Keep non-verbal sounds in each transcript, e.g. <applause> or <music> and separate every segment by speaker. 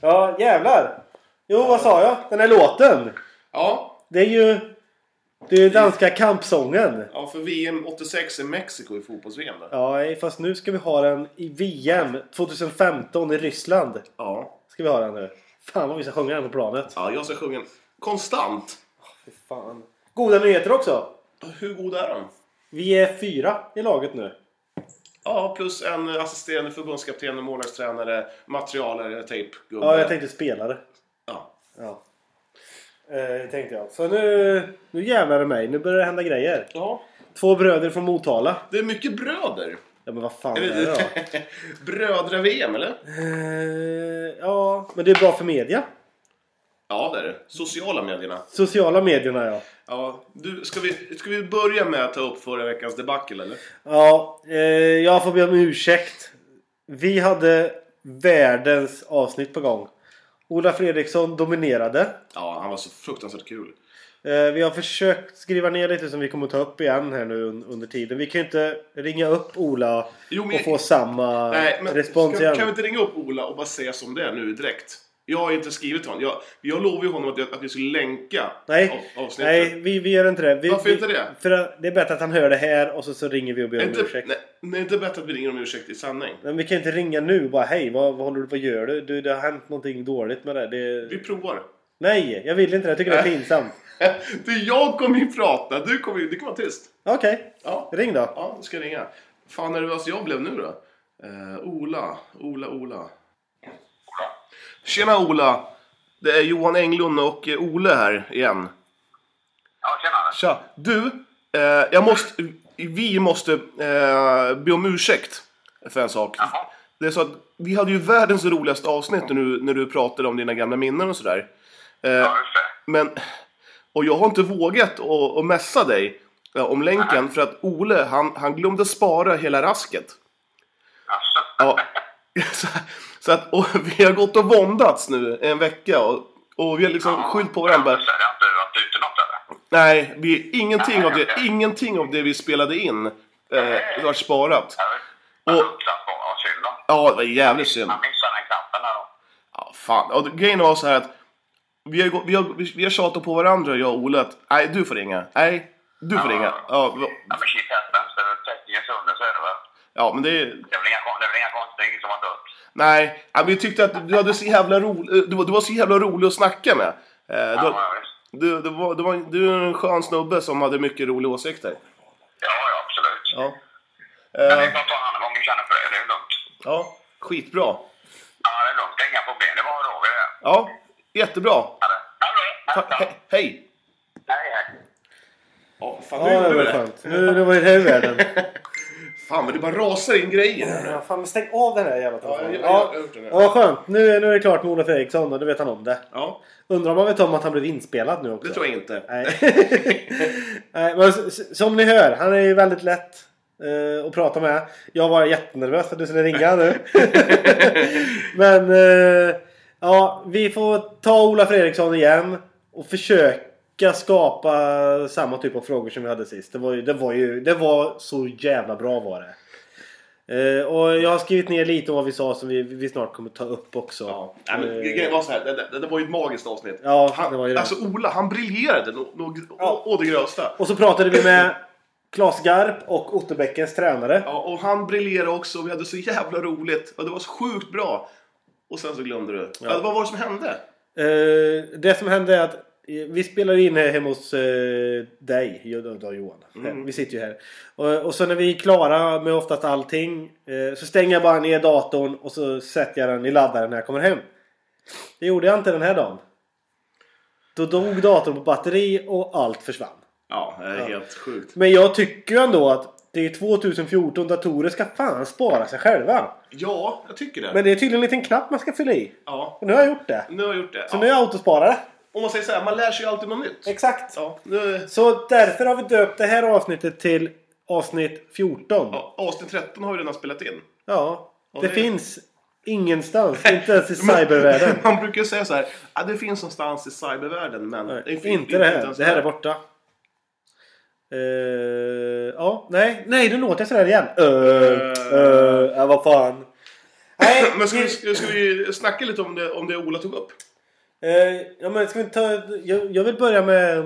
Speaker 1: Ja, jävlar! Jo, vad sa jag? Den här låten!
Speaker 2: Ja,
Speaker 1: Det är ju... Det är ju danska kampsången.
Speaker 2: ja för VM 86 i Mexiko i fotbolls-VM där.
Speaker 1: Ja, fast nu ska vi ha den i VM 2015 i Ryssland.
Speaker 2: Ja.
Speaker 1: Ska vi ha den nu. Fan vad vi ska sjunga den på planet.
Speaker 2: ja, jag ska sjunga den konstant.
Speaker 1: Fy fan. Goda nyheter också.
Speaker 2: Hur god är den?
Speaker 1: Vi är fyra i laget nu.
Speaker 2: Ja, plus en assisterande förbundskapten, målvaktstränare, materialare, tejpgubbe.
Speaker 1: Ja, jag tänkte spelare.
Speaker 2: Ja.
Speaker 1: Ja. Eh, tänkte jag. Så nu, nu jävlar det mig. Nu börjar det hända grejer.
Speaker 2: ja.
Speaker 1: Två bröder från Motala.
Speaker 2: Det är mycket bröder.
Speaker 1: Ja, men vad fan är det då?
Speaker 2: <laughs> Eller- Brödra-VM, eller?
Speaker 1: Eh, ja, men det är bra för media.
Speaker 2: Ja, det är det. Sociala medierna.
Speaker 1: Sociala medierna ja.
Speaker 2: Ja, du, ska, vi, ska vi börja med att ta upp förra veckans debacle, eller?
Speaker 1: Ja, eh, jag får be om ursäkt. Vi hade världens avsnitt på gång. Ola Fredriksson dominerade.
Speaker 2: Ja, han var så fruktansvärt kul.
Speaker 1: Eh, vi har försökt skriva ner lite som vi kommer ta upp igen här nu un- under tiden. Vi kan ju inte ringa upp Ola
Speaker 2: Jo, men-
Speaker 1: och få samma
Speaker 2: Nej, men
Speaker 1: respons
Speaker 2: ska,
Speaker 1: igen.
Speaker 2: kan vi inte ringa upp Ola och bara säga som det är nu direkt? Jag har inte skrivit till honom. Jag, jag lovade ju honom att, jag, att vi skulle länka
Speaker 1: Nej,
Speaker 2: av, avsnittet.
Speaker 1: nej vi, vi gör inte det. Vi,
Speaker 2: Varför
Speaker 1: vi,
Speaker 2: inte det?
Speaker 1: För att det är bättre att han hör det här och så, så ringer vi och
Speaker 2: Är
Speaker 1: ber om
Speaker 2: inte,
Speaker 1: ursäkt.
Speaker 2: nej, nej, inte bättre att vi ringer om ursäkt i sanning.
Speaker 1: Men vi kan inte ringa nu och bara hej, vad, vad håller du på vad gör du? du? Det har hänt någonting dåligt med det. det...
Speaker 2: Vi provar. <laughs>
Speaker 1: Nej, jag vill inte det. Jag tycker det är
Speaker 2: Nej.
Speaker 1: pinsamt.
Speaker 2: Det är jag kommer ju prata. Du kommer ju... Du kommer vara tyst.
Speaker 1: Okej,
Speaker 2: Ja,
Speaker 1: ring då.
Speaker 2: ja, du ska jag ringa. Fan nervös jag blev nu då. Eh, Ola, Ola, Ola. Tjena Ola! Det är Johan Englund och eh, Ole här igen.
Speaker 3: Ja, tjena.
Speaker 2: Tja! Du, eh, jag måste, vi måste eh, be om ursäkt för en sak.
Speaker 3: Jaha.
Speaker 2: Det är så att vi hade ju världens roligaste avsnitt när du, när du pratade om dina gamla minnen och sådär. Eh,
Speaker 3: Ja, just det.
Speaker 2: men, och jag har inte vågat att, att messa dig eh, om länken för att Ole, han, han glömde spara hela rasket.
Speaker 3: Jaså?
Speaker 2: Ja. <laughs> Så, så att, och vi har gått och våndats nu en vecka och, och vi har liksom skyllt på varandra. bara,
Speaker 3: Så det har inte varit ute något eller?
Speaker 2: Nej, vi, ingenting, av det, ingenting av det vi spelade in eh, har sparat.
Speaker 3: Men
Speaker 2: Och-
Speaker 3: Uppsatt bara, vad synd då.
Speaker 2: Ja, det var jävligt synd.
Speaker 3: Man missar den knappen där då.
Speaker 2: Ja, fan. Och det- grejen var så här att vi har, gå- vi har, vi har tjatat på varandra, jag och Ola, att nej, du får ringa. Nej, du får ringa. Ja, vi-
Speaker 3: Ja, men shit happens. Det är väl tekniker sönder så är det väl.
Speaker 2: ja men det
Speaker 3: Det
Speaker 2: är...
Speaker 3: är väl inga, kon- det är väl inga konstigt, ingen som har dött.
Speaker 2: Nej, ja, men vi tyckte att du, hade så jävla ro, eh, du, var- du var så jävla rolig att snacka med. Eh,
Speaker 3: Ja,
Speaker 2: du,
Speaker 3: ja, visst.
Speaker 2: du, du, var, du, var, du är en skön snubbe som hade mycket roliga åsikter.
Speaker 3: ja, ja, absolut.
Speaker 2: Ja, Eh,
Speaker 3: Men vi får ta hand om om vi känner för det. Det är lugnt.
Speaker 2: ja skitbra.
Speaker 3: Ja, det är lugnt. Det är inga problem. Det var då vi är.
Speaker 2: Ja, jättebra.
Speaker 3: Ja, det- ja, det är
Speaker 2: Ta, <laughs>
Speaker 3: bra.
Speaker 2: he, hej!
Speaker 3: Hej, hej.
Speaker 2: Ja, fan,
Speaker 1: Ja, det var skönt. Nu, nu var det här i världen.
Speaker 2: Fan, men det bara rasar in grejer.
Speaker 1: <laughs> Ja, fan, men stäng av den här jävla telefonen.
Speaker 2: Ja,
Speaker 1: Ja,
Speaker 2: jag- jag- jag har gjort det nu.
Speaker 1: ja, vad skönt. Nu, nu är det klart med Ola Fredriksson och nu vet han om det.
Speaker 2: Ja,
Speaker 1: Undrar om han vet om att han blev inspelad nu också.
Speaker 2: det tror jag inte. <laughs>
Speaker 1: Nej. Nej, men s- s- som ni hör, han är ju väldigt lätt eh, att prata med. Jag var jättenervös för att du skulle ringa
Speaker 2: <laughs>
Speaker 1: nu. men eh, ja, vi får ta Ola Fredriksson igen och försöka skapa samma typ av frågor som vi hade sist. Det var ju, det var ju det var så jävla bra var det. Eh, och jag har skrivit ner lite om vad vi sa som vi, vi snart kommer ta upp också.
Speaker 2: Ja, nej, men
Speaker 1: Eh,
Speaker 2: grejen var så här, det, det, det var ju ett magiskt avsnitt.
Speaker 1: Ja,
Speaker 2: han,
Speaker 1: det var ju det.
Speaker 2: Alltså Ola, han briljerade nå, nå,
Speaker 1: Ja.
Speaker 2: å, å det grövsta.
Speaker 1: Och så pratade vi med Claes Garp och Otterbäckens tränare.
Speaker 2: Ja, och han briljerade också och vi hade så jävla roligt. Och det var så sjukt bra. Och sen så glömde du. Ja. vad var det som hände?
Speaker 1: Eh, det som hände är att eh, vi spelar in här hemma hos eh, dig, Jo- då, då, Johan. Vi sitter ju här. Och, och så när vi är klara med oftast allting eh, så stänger jag bara ner datorn och så sätter jag den i laddaren när jag kommer hem. Det gjorde jag inte den här dagen. Då dog datorn på batteri och allt försvann.
Speaker 2: Ja, det är helt sjukt.
Speaker 1: Men jag tycker ju ändå att det är 2014, datorer ska fan spara sig själva.
Speaker 2: Ja, jag tycker det.
Speaker 1: Men det är tydligen en liten knapp man ska fylla i.
Speaker 2: Ja,
Speaker 1: Och nu har jag gjort det.
Speaker 2: nu har jag gjort det.
Speaker 1: Så
Speaker 2: Ja.
Speaker 1: nu är jag autosparare.
Speaker 2: Om man säger så här, man lär sig ju alltid något nytt.
Speaker 1: Exakt.
Speaker 2: Ja, nu,
Speaker 1: Så därför har vi döpt det här avsnittet till avsnitt 14. Ja.
Speaker 2: ja, avsnitt 13 har ju redan spelat in.
Speaker 1: det,
Speaker 2: det-
Speaker 1: finns ingenstans. Inte ens i
Speaker 2: Men-
Speaker 1: cybervärlden.
Speaker 2: Man brukar ju säga så här, ja, det finns någonstans i cybervärlden men...
Speaker 1: Nej,
Speaker 2: <laughs> det finns
Speaker 1: inte det här.
Speaker 2: ens
Speaker 1: Det här är
Speaker 2: där.
Speaker 1: borta. Eh, Eh, ja, nej, nej, nu låter jag sådär igen. Uh, uh, ja, vad eh, fan. Nej, Nej,
Speaker 2: Eh. <laughs> Men ska,
Speaker 1: vi-
Speaker 2: vi- ska, ska vi snacka lite om det, om det Ola tog upp?
Speaker 1: Eh, ja, men ska vi ta, jag, jag vill börja med,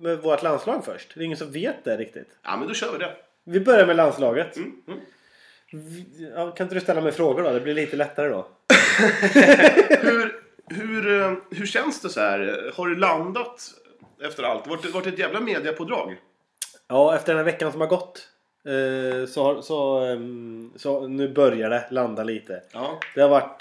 Speaker 1: med vårt landslag först. Det är ingen som vet det riktigt.
Speaker 2: Ja, men då kör vi det.
Speaker 1: Vi börjar med landslaget.
Speaker 2: Mm, mm.
Speaker 1: Vi- Ja, kan inte du ställa mig frågor då? Det blir lite lättare då.
Speaker 2: Hur, hur, eh, hur känns det så här? Har du landat efter allt? Vart, vart ett jävla mediapådrag?
Speaker 1: Ja, efter den här veckan som har gått eh, så, har- så, ehm, så nu börjar det landa lite.
Speaker 2: Ja.
Speaker 1: Det har varit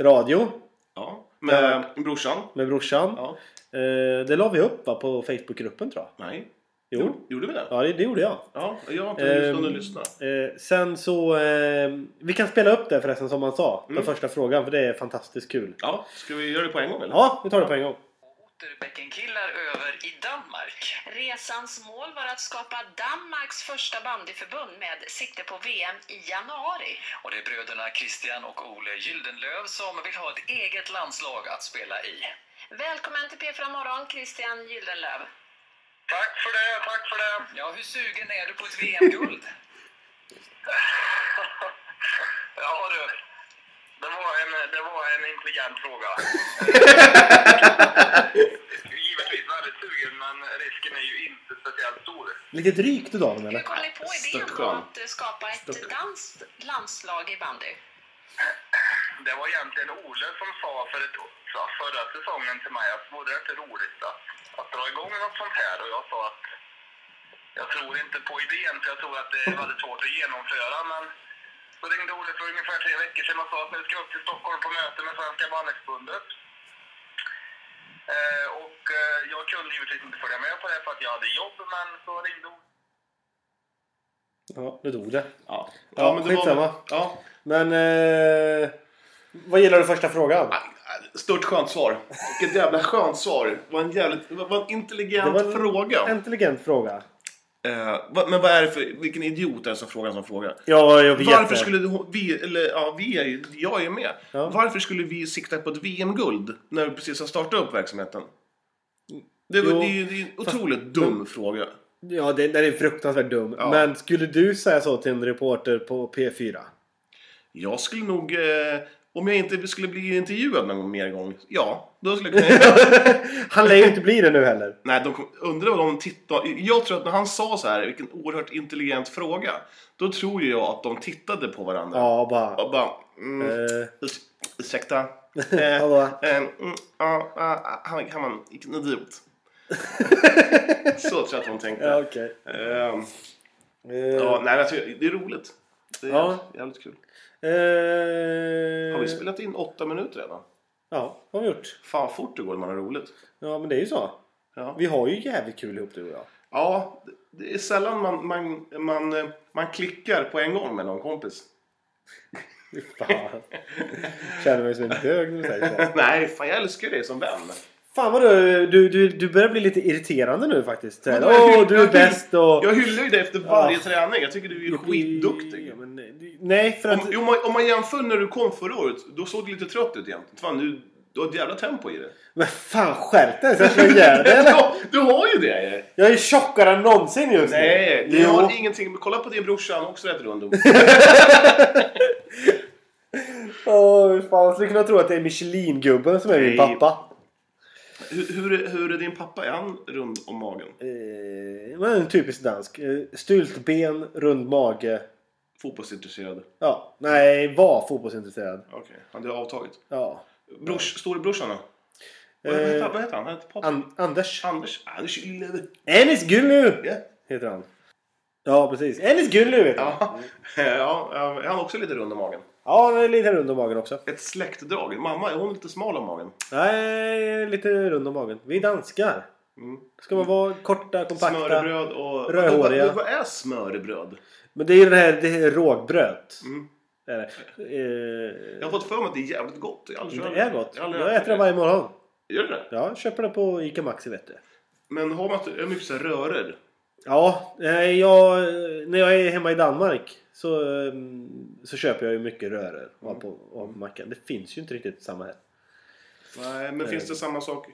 Speaker 1: radio
Speaker 2: ja.
Speaker 1: Eh,
Speaker 2: Med brorsan?
Speaker 1: med brorsan.
Speaker 2: Ja.
Speaker 1: Eh, det la vi upp va, på Facebookgruppen tror jag.
Speaker 2: Nej.
Speaker 1: Jo,
Speaker 2: Gjorde vi det?
Speaker 1: ja, det, det gjorde jag.
Speaker 2: Ja, jag har inte
Speaker 1: Ehm.
Speaker 2: um... hunnit lyssna.
Speaker 1: Eh, sen så... Eh, vi kan spela upp det förresten som man sa. Den första frågan för det är fantastiskt kul.
Speaker 2: Ja, ska vi göra det på en gång eller?
Speaker 1: Ja, vi tar det på en gång.
Speaker 4: Otterbäckenkillar över i Danmark.
Speaker 5: Resans mål var att skapa Danmarks första bandyförbund med sikte på VM i januari.
Speaker 4: Och det är bröderna Christian och Ole Gyldenlöv som vill ha ett eget landslag att spela i.
Speaker 5: Välkommen till P4 Morgon, Christian Gyldenlöv.
Speaker 3: Tack för det, tack för det.
Speaker 4: Ja, hur sugen är du på ett
Speaker 6: <laughs>
Speaker 4: VM-guld?
Speaker 3: Ja du, det var en, det var en intelligent fråga.
Speaker 2: <laughs>
Speaker 3: Givetvis väldigt sugen, men risken är ju inte speciellt stor.
Speaker 1: Lite drygt utav dem
Speaker 5: Hur
Speaker 1: eller?
Speaker 5: kom ni på idén om
Speaker 2: Stockholm.
Speaker 5: att eh, skapa ett danskt landslag i bandy?
Speaker 3: Det var egentligen Ole som sa för ett, ja, förra säsongen till mig att vore det inte roligt att, att dra igång något sånt här? Och jag sa att jag tror inte på idén, för jag tror att det är väldigt svårt att genomföra. Men så ringde Ole för ungefär tre veckor sedan och sa att nu ska jag upp till Stockholm på möte med Svenska Bandyförbundet. Eh, och eh, jag kunde givetvis inte följa med på det för att jag hade jobb, men så ringde Ole.
Speaker 1: Ja, nu dog det.
Speaker 2: Ja,
Speaker 1: Ja,
Speaker 2: det
Speaker 1: skitsamma.
Speaker 2: Var, ja.
Speaker 1: Men... Eh, vad gillar du första frågan?
Speaker 2: Ah, Äh, Stort skönt svar. Vilket jävla skönt svar. Det var en, jävligt, det var en intelligent
Speaker 1: Det var en-
Speaker 2: fråga.
Speaker 1: En intelligent fråga.
Speaker 2: Eh, vad- men vad är det för, vilken idiot är det som frågar som frågar?
Speaker 1: Ja, jag vet
Speaker 2: Varför
Speaker 1: det.
Speaker 2: skulle du- vi, eller ja, vi är ju, jag är med.
Speaker 1: Ja.
Speaker 2: Varför skulle vi sikta på ett VM-guld när vi precis har startat upp verksamheten? Det, var,
Speaker 1: Jo,
Speaker 2: det, är, ju- det är en otroligt dum fråga.
Speaker 1: Ja, den, den är fruktansvärt dum.
Speaker 2: Ja.
Speaker 1: Men skulle du säga så till en reporter på P4?
Speaker 2: Jag skulle nog, eh, om jag inte skulle bli intervjuad någon gång- mer gång, ja, då skulle jag kunna
Speaker 1: <laughs> Han lär ju inte bli det nu
Speaker 2: <laughs>
Speaker 1: heller.
Speaker 2: Nej, de kom, undrar vad de tittar. Jag tror att när han sa så här, vilken oerhört intelligent fråga, då tror ju jag att de tittade på varandra.
Speaker 1: Ja, bara...
Speaker 2: Och bara, mm,
Speaker 1: Eh,
Speaker 2: Urs- Ursäkta.
Speaker 1: <laughs> Hallå.
Speaker 2: eh, mm, ja, ja, han, han var en
Speaker 1: <laughs>
Speaker 2: idiot. Så tror jag att hon tänkte.
Speaker 1: ja, okej.
Speaker 2: Ehm,
Speaker 1: Eh,
Speaker 2: ja, nej, men jag tycker, det är roligt. Det är
Speaker 1: Ja.
Speaker 2: jävligt kul.
Speaker 1: eh,
Speaker 2: Har vi spelat in åtta minuter redan?
Speaker 1: Ja, vad har vi gjort?
Speaker 2: Fan vad fort det går när man har roligt.
Speaker 1: Ja, men det är ju så.
Speaker 2: Ja,
Speaker 1: Vi har ju jävligt kul ihop du och jag.
Speaker 2: ja det- det är sällan man, man, man, eh, man klickar på en gång med någon kompis.
Speaker 1: Fy
Speaker 2: <laughs>
Speaker 1: Fan. Känner mig som en bög när du säger så.
Speaker 2: Nej, fan jag älskar dig som vän.
Speaker 1: Fan vad du, du, du, du börjar bli lite irriterande nu faktiskt. Åh,
Speaker 2: Men då- jag hyll-
Speaker 1: du
Speaker 2: jag
Speaker 1: är
Speaker 2: hyll-
Speaker 1: bäst och...
Speaker 2: Jag hyllar ju dig efter varje
Speaker 1: Ja.
Speaker 2: träning. Jag tycker du är skitduktig.
Speaker 1: Ja, men, nej, nej, för att...
Speaker 2: Om, om, man, om man jämför när du kom förra året, då såg du lite trött ut igen. Fan, du, du har ett jävla tempo i det.
Speaker 1: Men fan skärp dig så jag slår ihjäl dig eller?
Speaker 2: Ja, du har ju det! Erik.
Speaker 1: Jag är tjockare än någonsin just
Speaker 2: Nej,
Speaker 1: nu.
Speaker 2: det har
Speaker 1: Jo.
Speaker 2: ingenting. Kolla på din brorsa, han är också rätt rund.
Speaker 1: Åh, fan, jag skulle kunna tro att det är Michelin-gubben som är min
Speaker 2: Nej.
Speaker 1: pappa.
Speaker 2: hur, hur, hur är din pappa? Är han rund om magen?
Speaker 1: Eh, men en typisk dansk. Eh, Stult ben, rund mage.
Speaker 2: Fotbollsintresserad?
Speaker 1: Ja, nej, var fotbollsintresserad.
Speaker 2: Okej, han är avtaget.
Speaker 1: Ja.
Speaker 2: Brors, Storebrorsan då? Vad
Speaker 1: Eh,
Speaker 2: heter han? Vad heter han? Han heter Patrik.
Speaker 1: An- Anders.
Speaker 2: Anders? Anders Ylever.
Speaker 1: Enis Gullu
Speaker 2: Ja.
Speaker 1: heter han. Ja, precis. Enis Gullu heter han.
Speaker 2: Ja, ja, är han också lite rund om magen?
Speaker 1: Ja, han är lite rund om magen också.
Speaker 2: Ett släktdrag. Mamma, är hon lite smal om magen?
Speaker 1: Nej, lite rund om magen. Vi är danskar.
Speaker 2: Mm.
Speaker 1: Ska man vara korta, kompakta.
Speaker 2: Smörbröd och...
Speaker 1: Rödhåriga.
Speaker 2: Vad, vad är smörbröd?
Speaker 1: Men det är ju det här det är rågbröd.
Speaker 2: Mm.
Speaker 1: Är det. Eh,
Speaker 2: Jag har fått för mig att det är jävligt gott. Jag har aldrig
Speaker 1: det
Speaker 2: kört
Speaker 1: är gott.
Speaker 2: Jag, har aldrig
Speaker 1: Jag
Speaker 2: ätit
Speaker 1: äter det varje morgon.
Speaker 2: Gör du det?
Speaker 1: Ja, jag köper det på ICA Maxi vet du.
Speaker 2: Men har man inte- är det mycket så här röror?
Speaker 1: Ja, eh, jag, när jag är hemma i Danmark så, eh, så köper jag ju mycket röror
Speaker 2: Mm.
Speaker 1: och har på, och har på mackan. Det finns ju inte riktigt samma här.
Speaker 2: Nej,
Speaker 1: Eh.
Speaker 2: men finns det samma sak?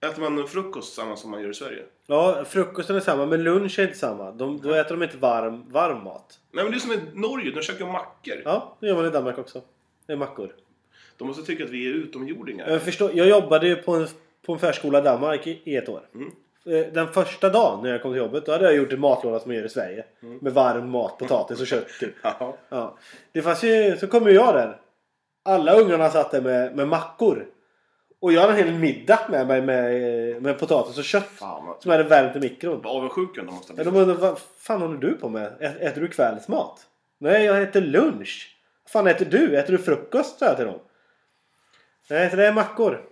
Speaker 2: Äter man frukost samma som man gör i Sverige?
Speaker 1: Ja, frukosten är samma men lunch är inte samma. De, då äter de inte varm, varm mat.
Speaker 2: Nej, men det är som i Norge. De käkar ju mackor.
Speaker 1: Ja, det gör man i Danmark också. Det är mackor.
Speaker 2: De måste tycka att vi är utomjordingar.
Speaker 1: Jag, förstår, jag jobbade ju på en, på en förskola i Danmark i, i ett år. Eh, Den första dagen när jag kom till jobbet då hade jag gjort en matlåda som man gör i Sverige. Med varm mat, potatis och kött typ.
Speaker 2: <laughs> Ja.
Speaker 1: Ja. Det fanns ju, så kom ju jag där. Alla ungarna satt där med, med mackor. Och jag hade en hel middag med mig med, eh, med potatis och kött.
Speaker 2: Fan, vad-
Speaker 1: Som jag hade värmt i mikron.
Speaker 2: Vad avundsjuka de måste
Speaker 1: Ja,
Speaker 2: bli.
Speaker 1: de undrar vad fan håller du på med? Ä- Äter du kvällsmat? Nej, jag äter lunch. Vad fan äter du? Äter du frukost? sa jag till dem. Nej, så det är mackor.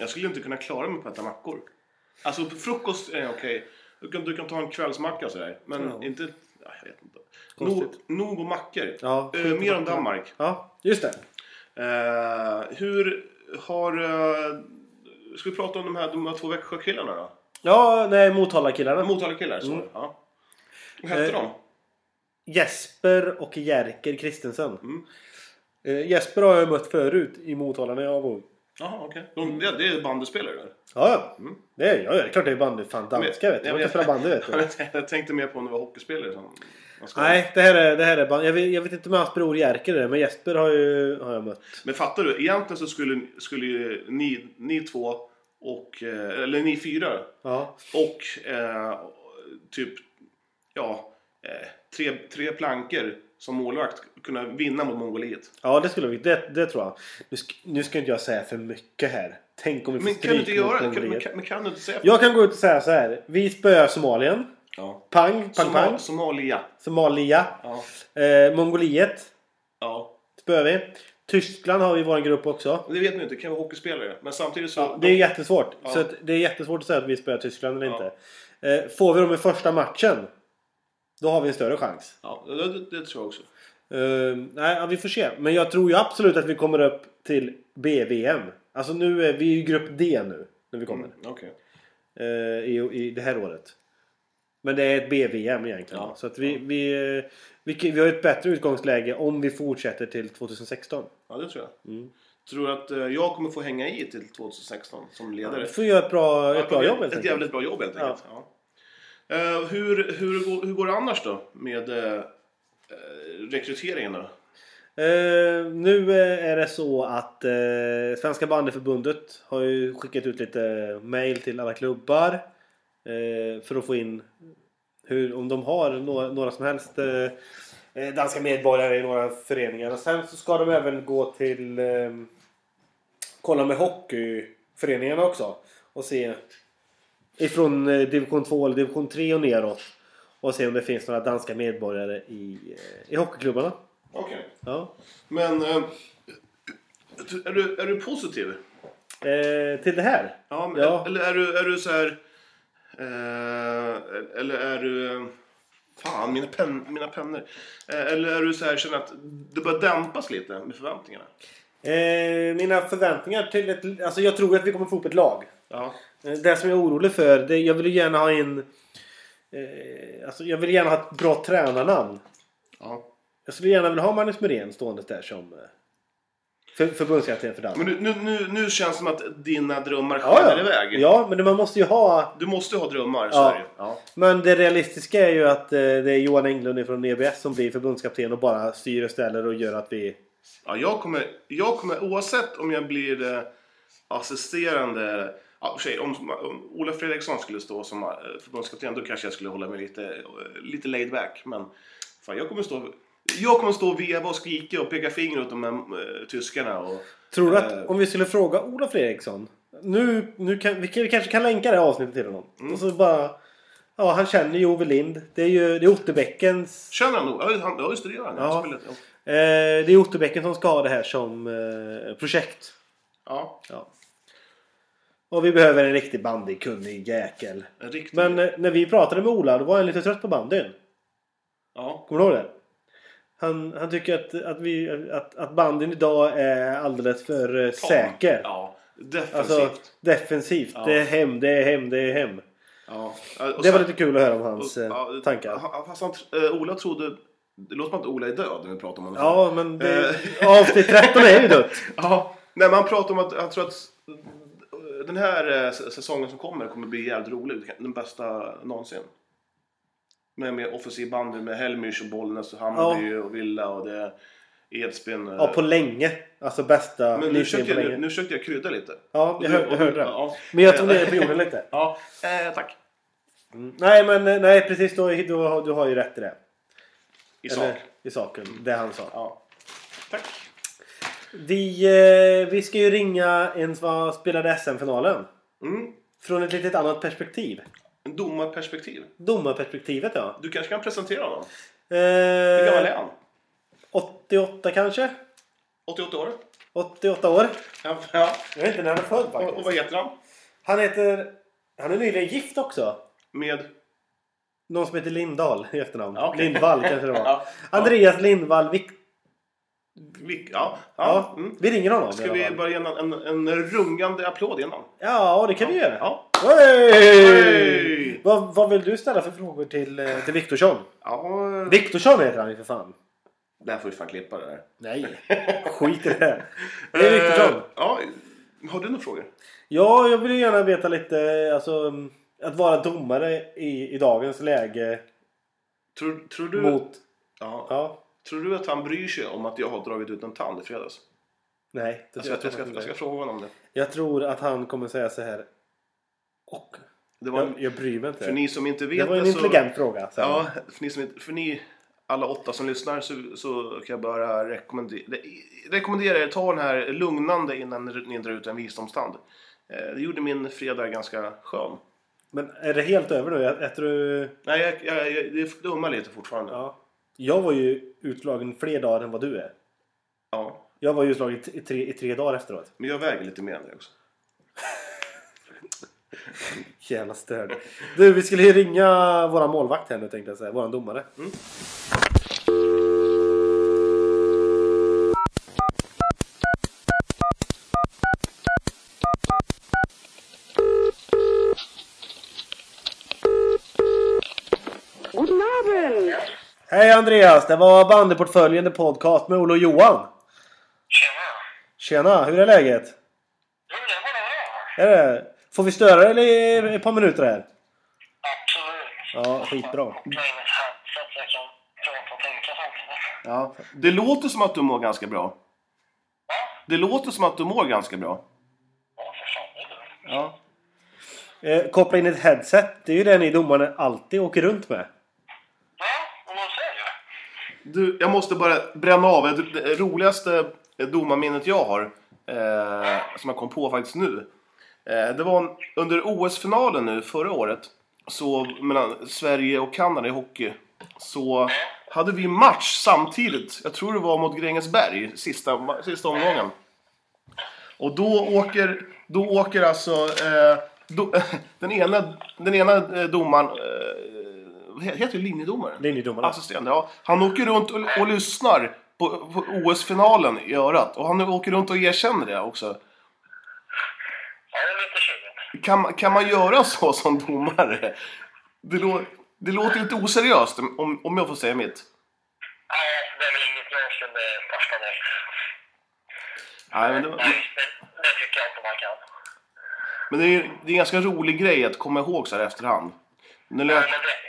Speaker 2: Jag skulle inte kunna klara mig på att äta mackor. Alltså på frukost är okej. Du, kan, du kan ta en kvällsmacka sådär. Men
Speaker 1: Ja.
Speaker 2: inte... ja, Jag vet inte. Nog,
Speaker 1: Konstigt.
Speaker 2: nog om mackor.
Speaker 1: Ja,
Speaker 2: Eh,
Speaker 1: skit i
Speaker 2: mer om
Speaker 1: mackor.
Speaker 2: Danmark.
Speaker 1: Ja, just det.
Speaker 2: Eh, hur har... eh, ska vi prata om de här, de här två Växjökillarna då?
Speaker 1: Ja, nej, Motalakillarna.
Speaker 2: Motalakillar, så.
Speaker 1: Mm.
Speaker 2: Ja. Vad hette
Speaker 1: Eh,
Speaker 2: de?
Speaker 1: Jesper och Jerker Kristensen.
Speaker 2: Mm.
Speaker 1: Eh, Jesper har jag mött förut i Motala när jag var ung.
Speaker 2: Jaha, okej. De, det, det är bandespelare eller?
Speaker 1: Ja, ja. Det är, ja, det är klart det är bandy. Fan, danska vet du. Jag kan
Speaker 2: men
Speaker 1: spela bandy <laughs> vet du.
Speaker 2: jag tänkte mer på om det var hockeyspelare som... man ska-
Speaker 1: Nej, det här är, det här är bandy. Jag vet, jag vet inte om hans bror Jerker är det, men Jesper har, ju, har jag mött.
Speaker 2: Men fattar du? Egentligen så skulle, skulle ju ni, ni två och... eh, Eller ni fyra
Speaker 1: Ja.
Speaker 2: och eh, typ... Ja. Eh, tre, tre plankor som målvakt kunna vinna mot Mongoliet.
Speaker 1: Ja, det skulle vi. Det, det tror jag. Nu ska, nu ska inte jag säga för mycket här. Tänk om vi får
Speaker 2: Men kan du
Speaker 1: stryk
Speaker 2: inte
Speaker 1: mot
Speaker 2: göra det? Kan, men,
Speaker 1: Mongoliet.
Speaker 2: kan, men kan du inte säga...
Speaker 1: Jag kan gå ut och säga så här. Vi spöar Somalien.
Speaker 2: Ja.
Speaker 1: Pang, pang,
Speaker 2: Somal,
Speaker 1: pang.
Speaker 2: Somalia.
Speaker 1: Somalia.
Speaker 2: Ja.
Speaker 1: Eh, Mongoliet
Speaker 2: ja.
Speaker 1: spöar vi. Tyskland har vi i vår grupp också.
Speaker 2: Det vet man ju inte. Det kan vara hockeyspelare. Men samtidigt så...
Speaker 1: Ja, det är jättesvårt.
Speaker 2: Ja.
Speaker 1: Så att det är jättesvårt att säga att vi spöar Tyskland eller
Speaker 2: Ja.
Speaker 1: inte. Eh, får vi dem i första matchen. Då har vi en större chans.
Speaker 2: ja, det, det, det tror jag också.
Speaker 1: Eh, nej, ja, vi får se. Men jag tror ju absolut att vi kommer upp till BVM. Alltså nu är vi i grupp D nu. När vi kommer.
Speaker 2: Mm, okej.
Speaker 1: eh, i, i det här året. Men det är ett BVM egentligen.
Speaker 2: Ja.
Speaker 1: Så att vi, vi, eh, vi, kan- vi har ett bättre utgångsläge om vi fortsätter till 2016.
Speaker 2: Ja, det tror jag.
Speaker 1: Mm.
Speaker 2: Tror du att eh, jag kommer få hänga i till 2016 som ledare?
Speaker 1: Vi får göra ett bra, ett bra jobb helt
Speaker 2: Ett
Speaker 1: enkelt.
Speaker 2: jävligt bra jobb helt enkelt. Ja. Eh, hur, hur, går- hur går det annars då med eh, eh, rekryteringen då?
Speaker 1: Eh, nu eh, är det så att eh, Svenska bandyförbundet har ju skickat ut lite mail till alla klubbar. Eh, för att få in hur, om de har några, några som helst eh, eh, danska medborgare i några föreningar. Och sen så ska de även gå till eh, kolla med hockeyföreningarna också. Och se ifrån eh, division 2 eller division 3 och neråt. Och se om det finns några danska medborgare i, eh, i hockeyklubbarna.
Speaker 2: Okej.
Speaker 1: Ja.
Speaker 2: Men eh, är, du, är du positiv?
Speaker 1: Eh, till det här?
Speaker 2: Ja, men,
Speaker 1: Ja.
Speaker 2: Eller är du, är du så här... Eh, eller är du... eh, Fan, mina, pen, mina pennor. Eh, eller är du så här, känner att det börjar dämpas lite med förväntningarna?
Speaker 1: Eh, mina förväntningar till ett... Alltså jag tror att vi kommer få upp ett lag.
Speaker 2: Ja.
Speaker 1: Eh, Det som jag är orolig för, det, jag vill ju gärna ha in... Eh, alltså jag vill gärna ha ett bra tränarnamn.
Speaker 2: ja.
Speaker 1: Jag skulle gärna vilja ha Magnus Muren stående där som eh, för, förbundskapten för
Speaker 2: Men
Speaker 1: Danmark.
Speaker 2: nu, nu, nu, nu känns det som att dina drömmar
Speaker 1: Ja,
Speaker 2: skenar
Speaker 1: ja.
Speaker 2: iväg.
Speaker 1: ja, men man måste ju ha...
Speaker 2: Du måste ju ha drömmar, så
Speaker 1: Ja.
Speaker 2: är det ju. ja.
Speaker 1: Men det realistiska är ju att eh, det är Johan Englund från EBS som blir förbundskapten och bara styr och ställer och gör att vi...
Speaker 2: ja jag, kommer, jag kommer, oavsett om jag blir eh, assisterande... Ja, i och för sig, om, om Ola Fredriksson skulle stå som eh, förbundskapten då kanske jag skulle hålla mig lite, eh, lite laid back. Men fan, jag kommer stå... Jag kommer stå och veva och skrika och peka finger åt de här eh, tyskarna. Och,
Speaker 1: Tror du
Speaker 2: Eh.
Speaker 1: att om vi skulle fråga Olof Eriksson. Nu, nu kan, vi, kan, vi kanske kan länka det här avsnittet till honom. Och så bara... Ja, han känner ju Ove Lind. Det är ju det är Otterbäckens...
Speaker 2: känner han nog? Ja, han- ja, just det, det gör han.
Speaker 1: Ja.
Speaker 2: Han spelar- Ja.
Speaker 1: Eh, det är Otterbäcken som ska ha det här som eh, projekt.
Speaker 2: ja,
Speaker 1: Ja. Och vi behöver en riktig bandykunnig jäkel.
Speaker 2: en riktig...
Speaker 1: Men eh, när vi pratade med Ola, då var han lite trött på bandyn.
Speaker 2: ja.
Speaker 1: Kommer du ihåg det? Han, han tycker att, att, vi, att, att bandyn idag är alldeles för eh, säker.
Speaker 2: Ja, defensivt.
Speaker 1: Alltså defensivt.
Speaker 2: Ja.
Speaker 1: Det är hem, det är hem, det är hem.
Speaker 2: Ja. och
Speaker 1: det var
Speaker 2: sen-
Speaker 1: lite kul att höra om hans
Speaker 2: och-
Speaker 1: eh,
Speaker 2: ja,
Speaker 1: tankar.
Speaker 2: ja, Fast han, tr- eh, Ola trodde... Det låter som att Ola är död när vi pratar om honom.
Speaker 1: Ja, men det,
Speaker 2: Eh.
Speaker 1: <laughs> avsnitt 13 är ju dött.
Speaker 2: ja. Nej, men han pratar om att han tror att eh, den här eh, s- säsongen som kommer kommer bli jävligt rolig. Den bästa någonsin. Med, med offensiv bandy med Helmich och Bollnäs och Hammarby och Villa och det är Edsbyn. eh,
Speaker 1: Ja, på länge. Alltså bästa
Speaker 2: men nu
Speaker 1: nyfiken
Speaker 2: försökte,
Speaker 1: på
Speaker 2: jag,
Speaker 1: länge.
Speaker 2: nu försökte jag krydda lite.
Speaker 1: Ja, jag, hör, jag hörde det.
Speaker 2: Ja.
Speaker 1: Men jag tog ner det på jorden lite.
Speaker 2: Ja, eh, tack.
Speaker 1: Nej, men eh, nej, precis. Då, du, har- du har ju rätt i det.
Speaker 2: I
Speaker 1: Eller,
Speaker 2: sak.
Speaker 1: I saken. Det han sa.
Speaker 2: Ja. Tack.
Speaker 1: Vi, eh, vi ska ju ringa en som spelade SM-finalen.
Speaker 2: Mm.
Speaker 1: Från ett litet annat perspektiv.
Speaker 2: En domarperspektiv.
Speaker 1: Domarperspektivet ja.
Speaker 2: Du kanske kan presentera honom? Hur gammal är
Speaker 1: Eh,
Speaker 2: han?
Speaker 1: 88 kanske?
Speaker 2: 88 år?
Speaker 1: 88 år.
Speaker 2: Ja. ja.
Speaker 1: Jag vet inte när han är född
Speaker 2: Och, och vad
Speaker 1: faktiskt.
Speaker 2: heter han?
Speaker 1: Han heter... Han är nyligen gift också.
Speaker 2: Med?
Speaker 1: Någon som heter Lindahl i efternamn.
Speaker 2: Ja, okej.
Speaker 1: Lindvall kanske det var.
Speaker 2: <laughs> Ja.
Speaker 1: Andreas Lindvall Vik...
Speaker 2: Vilk- Ja.
Speaker 1: Ja,
Speaker 2: ja. Mm.
Speaker 1: vi ringer honom i
Speaker 2: Ska
Speaker 1: alla
Speaker 2: vi
Speaker 1: fall.
Speaker 2: bara ge en, en, en rungande applåd innan?
Speaker 1: Ja, det kan vi göra.
Speaker 2: Ja.
Speaker 1: Hej!
Speaker 2: Hej!
Speaker 1: Vad, vad vill du ställa för frågor till, eh, till Viktorsson?
Speaker 2: ja.
Speaker 1: Viktorsson heter han ju för fan.
Speaker 2: Det här får vi fan klippa det där.
Speaker 1: Nej, skit i
Speaker 2: <laughs>
Speaker 1: det. Det är Viktorsson.
Speaker 2: Eh, Ja. Har du några frågor?
Speaker 1: Ja, jag vill ju gärna veta lite, alltså mm, att vara domare i, i dagens läge
Speaker 2: Tror, tror, du,
Speaker 1: mot...
Speaker 2: ja.
Speaker 1: Ja,
Speaker 2: tror du att han bryr sig om att jag har dragit ut en tand i fredags?
Speaker 1: nej. Det
Speaker 2: Jag ska, jag ska,
Speaker 1: tror
Speaker 2: jag
Speaker 1: jag,
Speaker 2: ska
Speaker 1: inte.
Speaker 2: fråga honom om det.
Speaker 1: jag tror att han kommer säga så här. Och?
Speaker 2: det var en,
Speaker 1: Jag, jag bryr mig
Speaker 2: för
Speaker 1: inte.
Speaker 2: ni som inte vet
Speaker 1: Det var en
Speaker 2: så-
Speaker 1: intelligent fråga. Så.
Speaker 2: Ja, för ni, som, inte- för ni alla åtta som lyssnar så, så kan jag bara rekommendera, rekommendera er att ta den här lugnande innan ni drar ut en visdomstand. Eh, Det gjorde min fredag ganska skön.
Speaker 1: Men är det helt över nu? Jag, jag tror...
Speaker 2: Nej, jag, jag, jag, det dummar lite fortfarande. Ja.
Speaker 1: Ja. Jag var ju utslagen fler dagar än vad du är. Jag var ju utslagen i tre, i tre dagar efteråt.
Speaker 2: Men jag väger lite mer än det också.
Speaker 1: Jävla störd. Du, vi skulle ju ringa våran målvakt här nu tänkte jag säga. Våran domare.
Speaker 7: Guten Abend.
Speaker 1: Hej Andreas! Det var Bandyportföljen The Podcast med Olle och Johan.
Speaker 3: Tjena!
Speaker 1: Tjena! Hur är läget?
Speaker 3: Jo, det var det bra.
Speaker 1: Är det? Får vi störa dig i ett par minuter här?
Speaker 3: Absolut.
Speaker 1: Ja, skitbra.
Speaker 3: Koppla in ett headset så jag kan prata och tänka samtidigt.
Speaker 2: Ja. Det låter som att du mår ganska bra.
Speaker 3: Ja,
Speaker 2: Det låter som att du mår ganska bra.
Speaker 3: ja, för fan. Det är bra.
Speaker 2: Ja.
Speaker 1: Eh, koppla in ett headset. Det är ju det ni domare alltid åker runt med.
Speaker 3: Ja, och vad säger du?
Speaker 2: Du, jag måste bara bränna av. Det, det roligaste domarminnet jag har, eh, som jag kom på faktiskt nu. Eh, det var en, under OS-finalen nu förra året, så mellan Sverige och Kanada i hockey, så hade vi match samtidigt. Jag tror det var mot Grängesberg, sista, ma- sista omgången. Och då åker, då åker alltså eh, do, <laughs> den ena, den ena eh, domaren, eh, he- heter ju linjedomaren?
Speaker 1: Linjedomare.
Speaker 2: Assisterande, ja. Han åker runt och, och lyssnar på, på OS-finalen i örat. Och han åker runt och erkänner det också.
Speaker 3: Ja, det är lite tjurigt.
Speaker 2: Kan, man- kan man göra så som domare? Det, lå, det låter lite oseriöst om, om jag får säga mitt.
Speaker 3: Nej, det är väl inget jag skulle passa dig.
Speaker 2: Nej, men, det, var-
Speaker 3: Nej, det, det tycker jag inte man kan.
Speaker 2: men det, är, ju- det är en ganska rolig grej att komma ihåg så här efterhand. Nu lät,
Speaker 3: Nej, men det,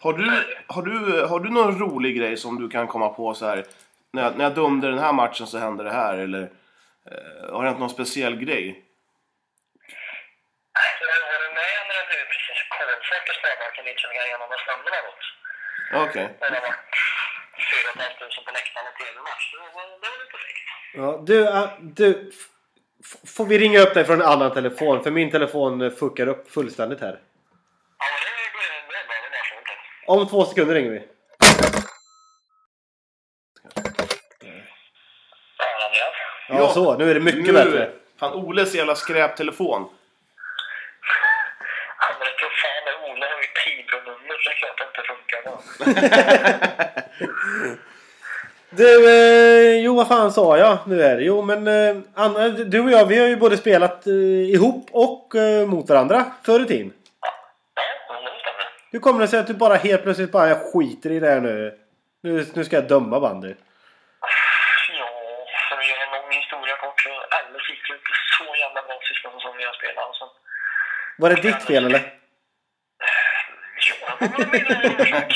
Speaker 2: Har du, har, du, har du någon rolig grej som du kan komma på så här? När jag, när jag dömde den här matchen så hände det här. Eller eh, har det hänt någon speciell grej?
Speaker 3: jag har varit med när det blev precis kolsvart i Sparbanken dit som grejerna med snabben har gått.
Speaker 2: Ja, Okej.
Speaker 3: När det var 4 500 på läktaren och tv-match. Det var det var lite fräckt.
Speaker 1: Ja, du, eh, du f- f- får vi ringa upp dig från en annan telefon? För min telefon eh, fuckar upp fullständigt här.
Speaker 3: Ja, men det går ju bra. Det där funkar.
Speaker 1: Om två sekunder ringer vi.
Speaker 3: Ja, Andreas.
Speaker 1: Ja,
Speaker 2: Ja,
Speaker 1: så. Nu är det mycket
Speaker 2: Nu-
Speaker 1: bättre.
Speaker 2: Fan, Oles jävla skräptelefon.
Speaker 3: Ja, men för fan, det är Ola har ju Tibro-nummer så det är klart det inte funkar. då.
Speaker 1: Du, eh, jo vad fan sa jag nu är det? Jo men eh, Anna, du och jag vi har ju både spelat eh, ihop och eh, mot varandra förr i tiden.
Speaker 3: Ja, men det stämmer.
Speaker 1: Hur kommer det sig att du bara helt plötsligt bara jag skiter i det här nu. Nu, nu ska jag döma bandy.
Speaker 3: Ja, för att göra en lång historia kort så alla fick ju inte så jävla bra sista säsongen jag spelade. Alltså.
Speaker 1: Var det ditt fel eller?
Speaker 3: Ja, det var mina försök.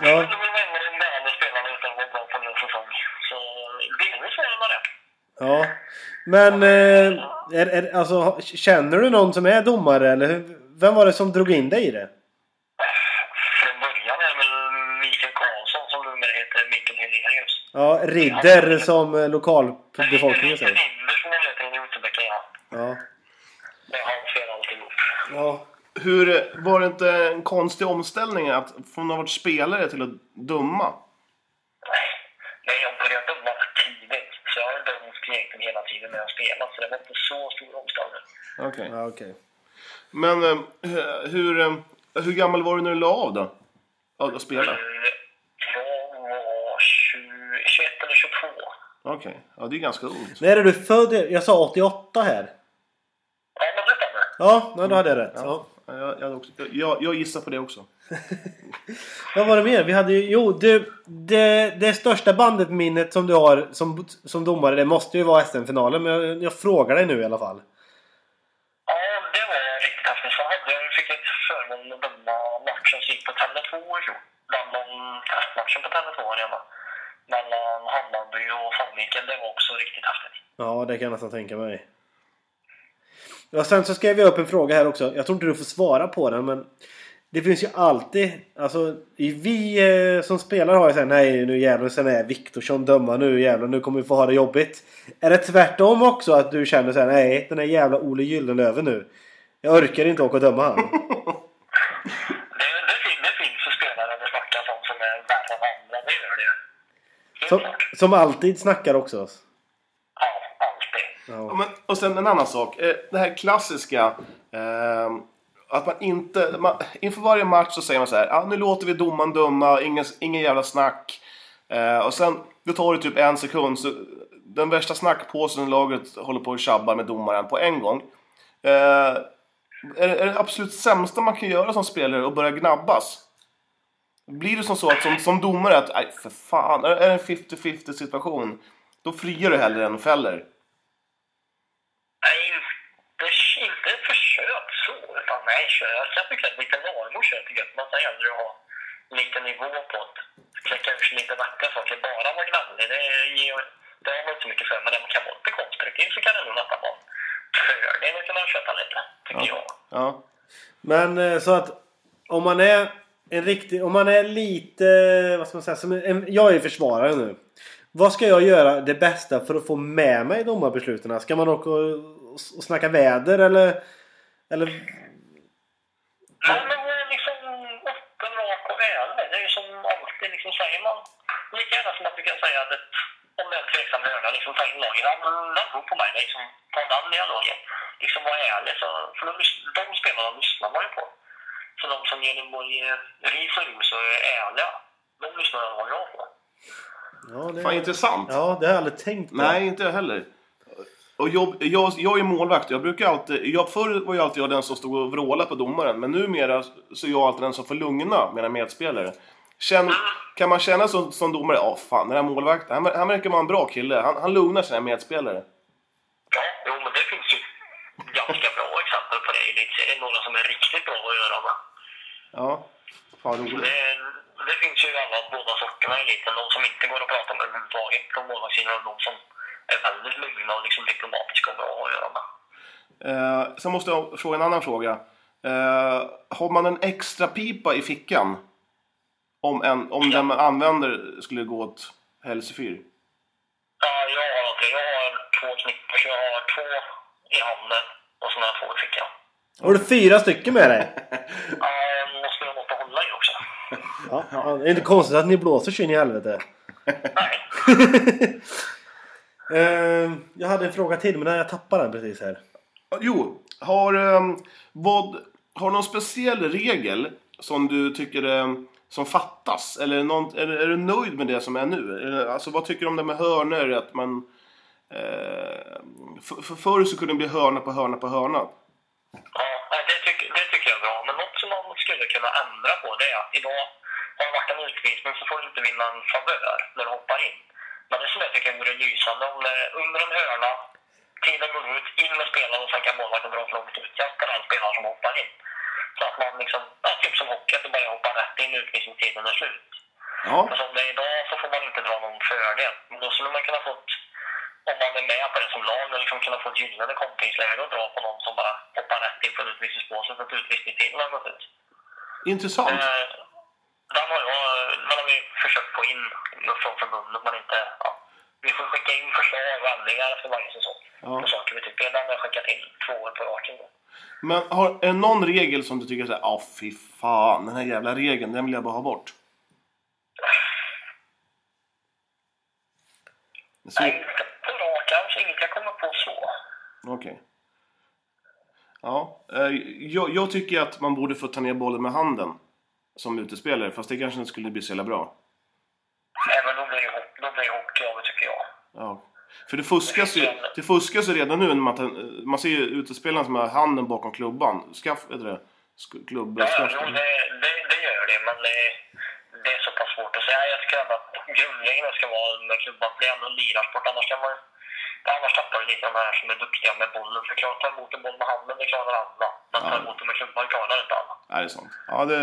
Speaker 1: Ja.
Speaker 7: Det vill vara med när spelarna inte går bra på en säsong. Så delvis är man det.
Speaker 1: Ja. Men eh, är, är, alltså, känner du någon som är domare eller hur, vem var det som drog in dig i det?
Speaker 7: Från början är det väl Mikael Karlsson som numera heter Mikael Helenius.
Speaker 1: Ja, Ridder som eh, lokalbefolkningen
Speaker 7: säger.
Speaker 1: säger.
Speaker 7: Linder som han heter i Otterbäcken, ja.
Speaker 1: Ja.
Speaker 7: Det är han som gör alltihop.
Speaker 1: ja.
Speaker 2: Hur, var det inte en konstig omställning att från att ha varit spelare till att döma?
Speaker 7: Nej, jag började döma tidigt. Så jag har dömt egentligen hela tiden när jag spelat. Så det var inte så stor omställning.
Speaker 2: Okej.
Speaker 1: ja okej.
Speaker 2: Men eh, hur, eh, hur gammal var du när du la av då? Ja, att spela?
Speaker 7: Eh, Jag var 20, 21 eller 22.
Speaker 2: Okej. Ja, det är ganska ungt.
Speaker 1: När är du född? Jag sa 88 här.
Speaker 7: Ja, men det stämmer.
Speaker 1: Ja, nej, då hade jag rätt. Ja.
Speaker 2: Ja. Jag, jag, också, jag, jag gissar på det också.
Speaker 1: Vad var det mer? Vi hade ju... Jo, du, det, det största bandet-minnet som du har som, som domare, det måste ju vara SM-finalen. Men jag, jag frågar dig nu i alla fall.
Speaker 7: Ja, det var riktigt häftigt. Så hade jag fick jag förmånen att döma matchen som gick på Tele2 i fjol. London testmatchen på Tele2 Arena. Mellan Hammarby och Sandviken. Det var också riktigt häftigt.
Speaker 1: Ja, det kan jag nästan tänka mig. Ja, sen så skrev jag upp en fråga här också. Jag tror inte du får svara på den, men det finns ju alltid... Alltså, i- vi eh, som spelar har ju såhär, nej nu jävlar, sen är Viktorsson döma nu jävlar, nu kommer vi få ha det jobbigt. Är det tvärtom också att du känner såhär, nej den där jävla Ole Gyllenlöven nu. Jag orkar inte åka och döma han.
Speaker 7: Det, det, fin- det finns ju spelare det snackas om som är värre än andra. Det gör det ju. Helt
Speaker 1: Som,
Speaker 7: klart.
Speaker 1: som alltid snackar också.
Speaker 7: Ja, alltid.
Speaker 2: Ja, men, och sen en annan sak. Eh, Det här klassiska. ehm, att man inte... Man, inför varje match så säger man så här. Ah, nu låter vi domaren döma. Ingen, ingen jävla snack. Eh, och sen det tar det typ en sekund. Så den värsta snackpåsen i laget håller på att tjabba med domaren på en gång. Eh, är, det- är det absolut sämsta man kan göra som spelare att börja gnabbas? Blir det som så att som, som domare att nej för fan, är, är det en 50-50 situation? Då friar du hellre än fäller.
Speaker 7: Nej, inte, inte försök så. Utan nej, kör. Jag tycker att lite vanor kör tycker jag. Man ska hellre ha lite nivå på det. Kläcka ur sig lite vackra saker. Bara vara gnällig, det, ger- det har man inte så mycket för. Men när man kan vara lite konstruktiv så kan det nog nästan vara en fördel att kunna köta lite, tycker jag.
Speaker 2: Ja.
Speaker 1: Men eh, så att om man är en riktig, om man är lite, vad ska man säga, som en, jag är försvarare nu. Vad ska jag göra det bästa för att få med mig domarbesluten? Ska man åka och, och snacka väder eller? Eller?
Speaker 7: Nej, men man är liksom öppen, rak och ärlig. Det är ju som alltid, liksom säger man lika gärna som man brukar säga att ett- om det är en tveksam hörna, liksom säger lagen ja, men den beror på mig. Liksom, ta den dialogen. Liksom var ärlig. Så, för de, lys- de spelarna lyssnar man ju på. Så de som genom att ge ris och ros och är ärliga, de lyssnar jag jag på.
Speaker 1: Ja,
Speaker 2: Fan,
Speaker 1: det,
Speaker 2: intressant.
Speaker 1: ja, det har jag aldrig tänkt på.
Speaker 2: Nej, inte jag heller. Och jag, jag, jag är målvakt. Jag brukar alltid, jag, förr var ju alltid jag den som stod och vrålade på domaren. Men numera så är jag alltid den som får lugna mina medspelare. Känn, kan man känna som, som domare, ja fan den här målvakten, han, ver- han verkar vara en bra kille. Han, han lugnar sina medspelare.
Speaker 7: Ja, jo, men det finns ju ganska bra exempel på det i elitserien. Några som är riktigt bra att göra med.
Speaker 2: Ja, fan roligt.
Speaker 7: Det, Eh, det finns ju alla båda sorterna i eliten. De som inte går att prata med överhuvudtaget på målvaktssidan och de som är väldigt lugna och liksom diplomatiska och bra att göra med.
Speaker 2: Eh, sen måste jag fråga en annan fråga. Eh, har man en extra pipa i fickan? Om, en, om den man använder skulle gå åt helsefyr?
Speaker 7: Ja, jag har alltid, jag har två knippers. Jag har två i handen och såna här två i fickan.
Speaker 1: Har du fyra stycken med
Speaker 2: <laughs>
Speaker 1: dig?
Speaker 7: Ja, jag måste jag något att hålla i också.
Speaker 1: Ja, ja, det är inte konstigt att ni blåser så in i helvete.
Speaker 7: Nej.
Speaker 1: <laughs> Eh, jag hade en fråga till men jag tappade den precis här.
Speaker 2: Jo, har, ehm, vad, har du någon speciell regel som du tycker ehm, som fattas? Eller är, någon, är, är du nöjd med det som är nu? Eller, Alltså, vad tycker du om det med hörnor? Att man, eh, för, för förr så kunde det bli hörna på hörna på hörna.
Speaker 7: Ja, nej, det, tycker- det tycker jag är bra. Men något som man skulle kunna ändra på det är att idag har det varit en utvisning så får du inte vinna en favör när du hoppar in. Men det som jag tycker vore lysande om det är under en hörna, tiden går ut, in med spelaren och sen kan målvakten dra ett långt utkast på den spelaren som hoppar in. Så att man liksom, ja, typ som hockey, att du bara hoppar rätt in när utvisningstiden är slut.
Speaker 2: Ja.
Speaker 7: Men som det är idag så får man inte dra någon fördel. Men Då skulle man kunna fått, om man är med på det som lag, och liksom kunna få ett gyllene kompisläge och dra på någon som bara hoppar rätt in på en utvisningspåse för att utvisningstiden har gått ut.
Speaker 2: Intressant.
Speaker 7: Eh, Den har jag, den har vi försökt få in från förbundet, men inte... Ja. Vi får skicka in förslag och ändringar efter varje säsong.
Speaker 2: Ja.
Speaker 7: På saker vi tycker. Den har jag skickat in två år på raken. då.
Speaker 2: Men har, är det någon regel som du tycker såhär, ja fy fan, den här jävla regeln, den vill jag bara ha bort? Så,
Speaker 7: Nej,
Speaker 2: okej.
Speaker 7: inte på rak arm, så inget jag kommer på så.
Speaker 2: Ja, eh, jag, jag tycker att man borde få ta ner bollen med handen som utespelare, fast det kanske inte skulle bli så jävla bra.
Speaker 7: Nej, men då blir ju ho- då blir ju hockey av det, tycker jag.
Speaker 2: Ja. För det fuskas ju, det fuskas ju redan nu. När man, tar- eh, man ser ju utespelaren som har handen bakom klubban. Skaff, vet du det? Sk- Klubb,
Speaker 7: Ja,
Speaker 2: skaff.
Speaker 7: jo, det, det, det gör det, men det, det är så pass svårt att säga. Jag tycker ändå att grundregeln ska vara med klubban, det är ändå en lirarsport. Annars, kan man, annars tappar du lite de här som är duktiga med bollen. För klart, ta emot en boll med handen, det klarar alla. Men ta
Speaker 2: Ja.
Speaker 7: emot den med klubban klarar inte alla.
Speaker 2: Ja, det är sant. Ja, det,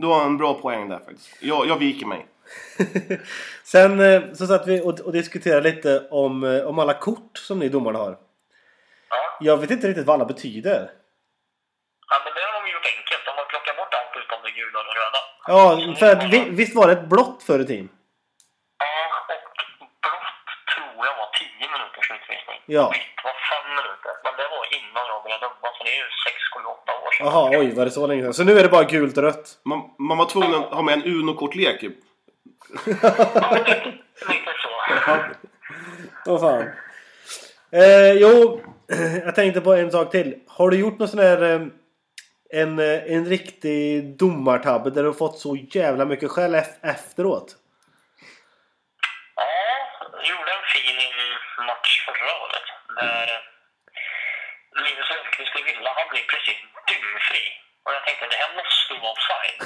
Speaker 2: du har en bra poäng där faktiskt. Jag, jag viker mig.
Speaker 1: Sen eh, så satt vi och, och diskuterade lite om, eh, om alla kort som ni domarna har.
Speaker 7: Ja.
Speaker 1: Jag vet inte riktigt vad alla betyder.
Speaker 7: ja, men det har de gjort enkelt. De har plockat bort allt utom det gula och det röda.
Speaker 1: Ja, för att vi, visst var det ett blått förr i tiden?
Speaker 7: Ja, och blått tror jag var 10 minuters utvisning.
Speaker 1: Ja.
Speaker 7: Vitt var 5 minuter. Men det var innan jag började döma, så det är ju 6, 7, 8 år sedan.
Speaker 1: Jaha, oj, var det så länge sedan? Så nu är det bara gult och rött?
Speaker 2: Man, man var tvungen att ha med en Uno-kortlek.
Speaker 7: Lite så.
Speaker 1: Åh fan. Eh, jo, <clears throat> jag tänkte på en sak till. Har du gjort någon sån här... eh, En, eh, en riktig domartabbe där du har fått så jävla mycket skäll ef- efteråt?
Speaker 7: Ja, jag gjorde en fin match förra året. Där eh, Linus Lundqvist i Villa, han blev precis dyngfri. Och jag tänkte, det här måste ju vara offside.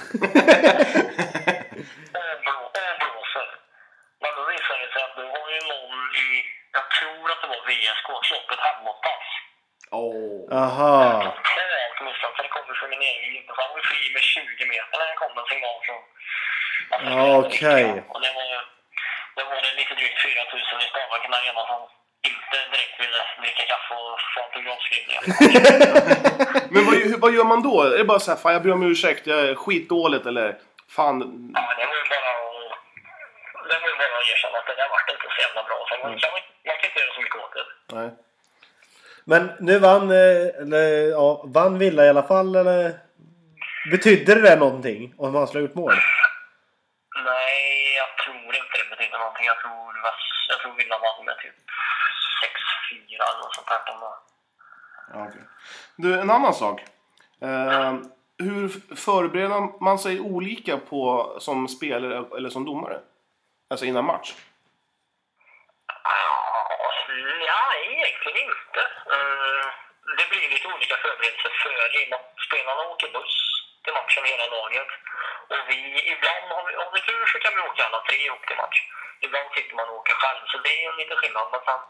Speaker 7: och, blå, och blåser. Men då visade det sig att det var ju någon i, jag tror att det var VSK, slopp ett handbollspass.
Speaker 2: Oh.
Speaker 1: Aha.
Speaker 7: Totalt missat, för det kommer från min egen linje. Så Han var fri med 20 meter när det kom Alltså, en signal från...
Speaker 1: Ja, okej.
Speaker 7: Och det var ju... Det var det lite drygt 4 000 i Stavanger Arena som inte direkt ville dricka kaffe och få
Speaker 1: <laughs>
Speaker 7: autografskrivningar.
Speaker 2: Men vad, hur, vad gör man då? Är det bara så här, fan jag ber om ursäkt, jag är skitdåligt eller fan...
Speaker 7: ja, det var ju bara att... Det var ju bara att erkänna att det där vart inte så jävla bra. Så man, kan, man kan inte göra så mycket åt det.
Speaker 2: Nej.
Speaker 1: Men nu vann... eh, Eller, ja, vann Villa i alla fall, eller? Betydde det där någonting? Om han skulle ha gjort mål?
Speaker 7: Nej, jag tror inte det betyder någonting. Jag tror, jag tror Villa vann med typ 6-4 eller något sånt där. De var-
Speaker 2: Ja, okej. Du, en annan sak. Eh, hur f- förbereder man sig olika på, som spelare eller som domare? Alltså innan match?
Speaker 7: Ja, egentligen inte. Eh, Det blir lite olika förberedelser för i och med att spelarna åker buss till matchen, hela laget. Och vi, ibland, har vi, om vi tur så kan vi åka alla tre ihop till match. Ibland sitter man och åker själv, så det är en liten skillnad. Men sen,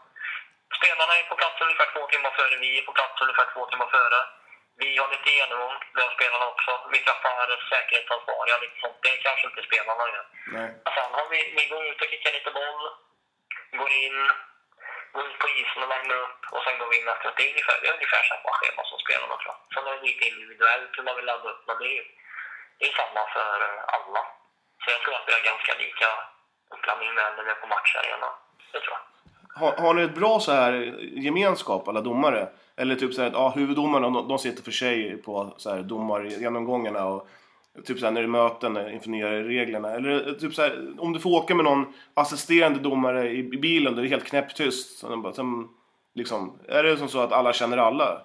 Speaker 7: spelarna är på plats ungefär två timmar före, vi är på plats ungefär två timmar före. Vi har lite genomgång, det har spelarna också. Vi träffar säkerhetsansvariga, lite sånt. Det kanske inte spelarna gör.
Speaker 2: Nej.
Speaker 7: Sen har vi, vi går ut och kickar lite boll, går in, går ut på isen och värmer upp och sen går vi in efteråt. Det är ungefär, det är ungefär samma schema som spelarna tror jag. Sen är det lite individuellt hur man vill ladda upp, men det är, ju- det är samma för eh, alla. Så jag tror att vi har ganska lika uppladdning med när vi är på matcharenan. Det tror jag.
Speaker 2: Har, har ni ett bra så här gemenskap alla domare? Eller typ så här, att, ja, huvuddomarna de, de sitter för sig på så här, domargenomgångarna och typ så här, när det är möten eh, inför nya reglerna. Eller eh, typ så här, om du får åka med någon assisterande domare i, i bilen där det är helt knäpptyst. Så de bara, sen, liksom, är det som så att alla känner alla?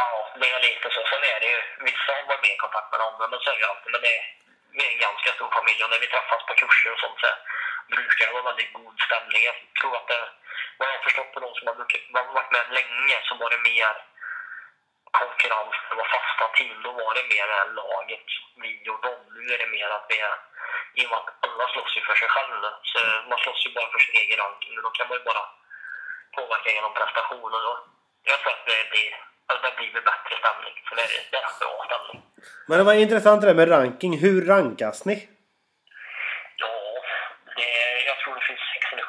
Speaker 7: Ja, det är lite så. Sen är det ju, vissa har varit mer i kontakt med andra, men så är det ju alltid. Men det är, vi är en ganska stor familj och när vi träffas på kurser och sånt så brukar det vara väldigt god stämning. Jag tror att det, vad jag har förstått på de som har brukat- har varit med länge så var det mer konkurrens, det var fasta team. Då var det mer det här laget, vi och dem. Nu är det mer att vi är, i och med att alla slåss ju för sig själv nu, så man slåss ju bara för sin egen ranking. Då kan man ju bara påverka genom prestationer. Och jag tror att det blir, alltså det blir bättre stämning. Så det är, det är en bra stämning.
Speaker 1: Men det var intressant det där med ranking. Hur rankas ni?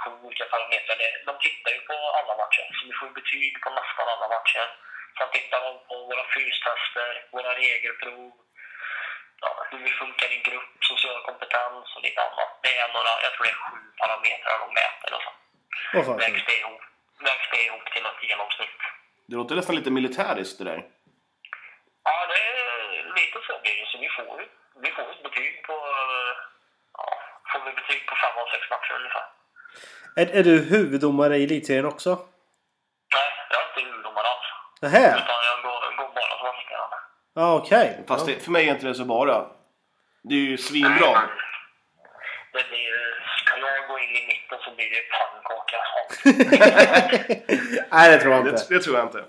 Speaker 7: på olika parametrar. Det- De tittar ju på alla matcher, så vi får ju betyg på nästan alla matcher. Sen tittar de på våra fystester, våra regelprov, ja, hur vi funkar i grupp, social kompetens och lite annat. Det är några, jag tror det är sju parametrar de mäter och så
Speaker 1: Åh, fan.
Speaker 7: vägs det ihop, vägs det ihop till något genomsnitt.
Speaker 2: Det låter nästan lite militäriskt det där.
Speaker 7: Ja, det är lite så blir det. Så vi får, ju- vi får ett betyg på... eh, Ja, får vi betyg på fem av sex matcher ungefär.
Speaker 1: Är, är du huvuddomare i elitserien också?
Speaker 7: Nej, jag är inte huvuddomare alls.
Speaker 1: Nähä?
Speaker 7: Utan jag går, går bara som assisterande.
Speaker 1: Ja, okej.
Speaker 2: Fast
Speaker 1: Ja.
Speaker 2: det, för mig är inte det så bara. Det är ju svinbra.
Speaker 7: Det blir, ska jag gå in i mitten så blir det pannkaka.
Speaker 1: <laughs> Nej, det tror jag
Speaker 2: Det,
Speaker 1: inte.
Speaker 2: det tror jag inte.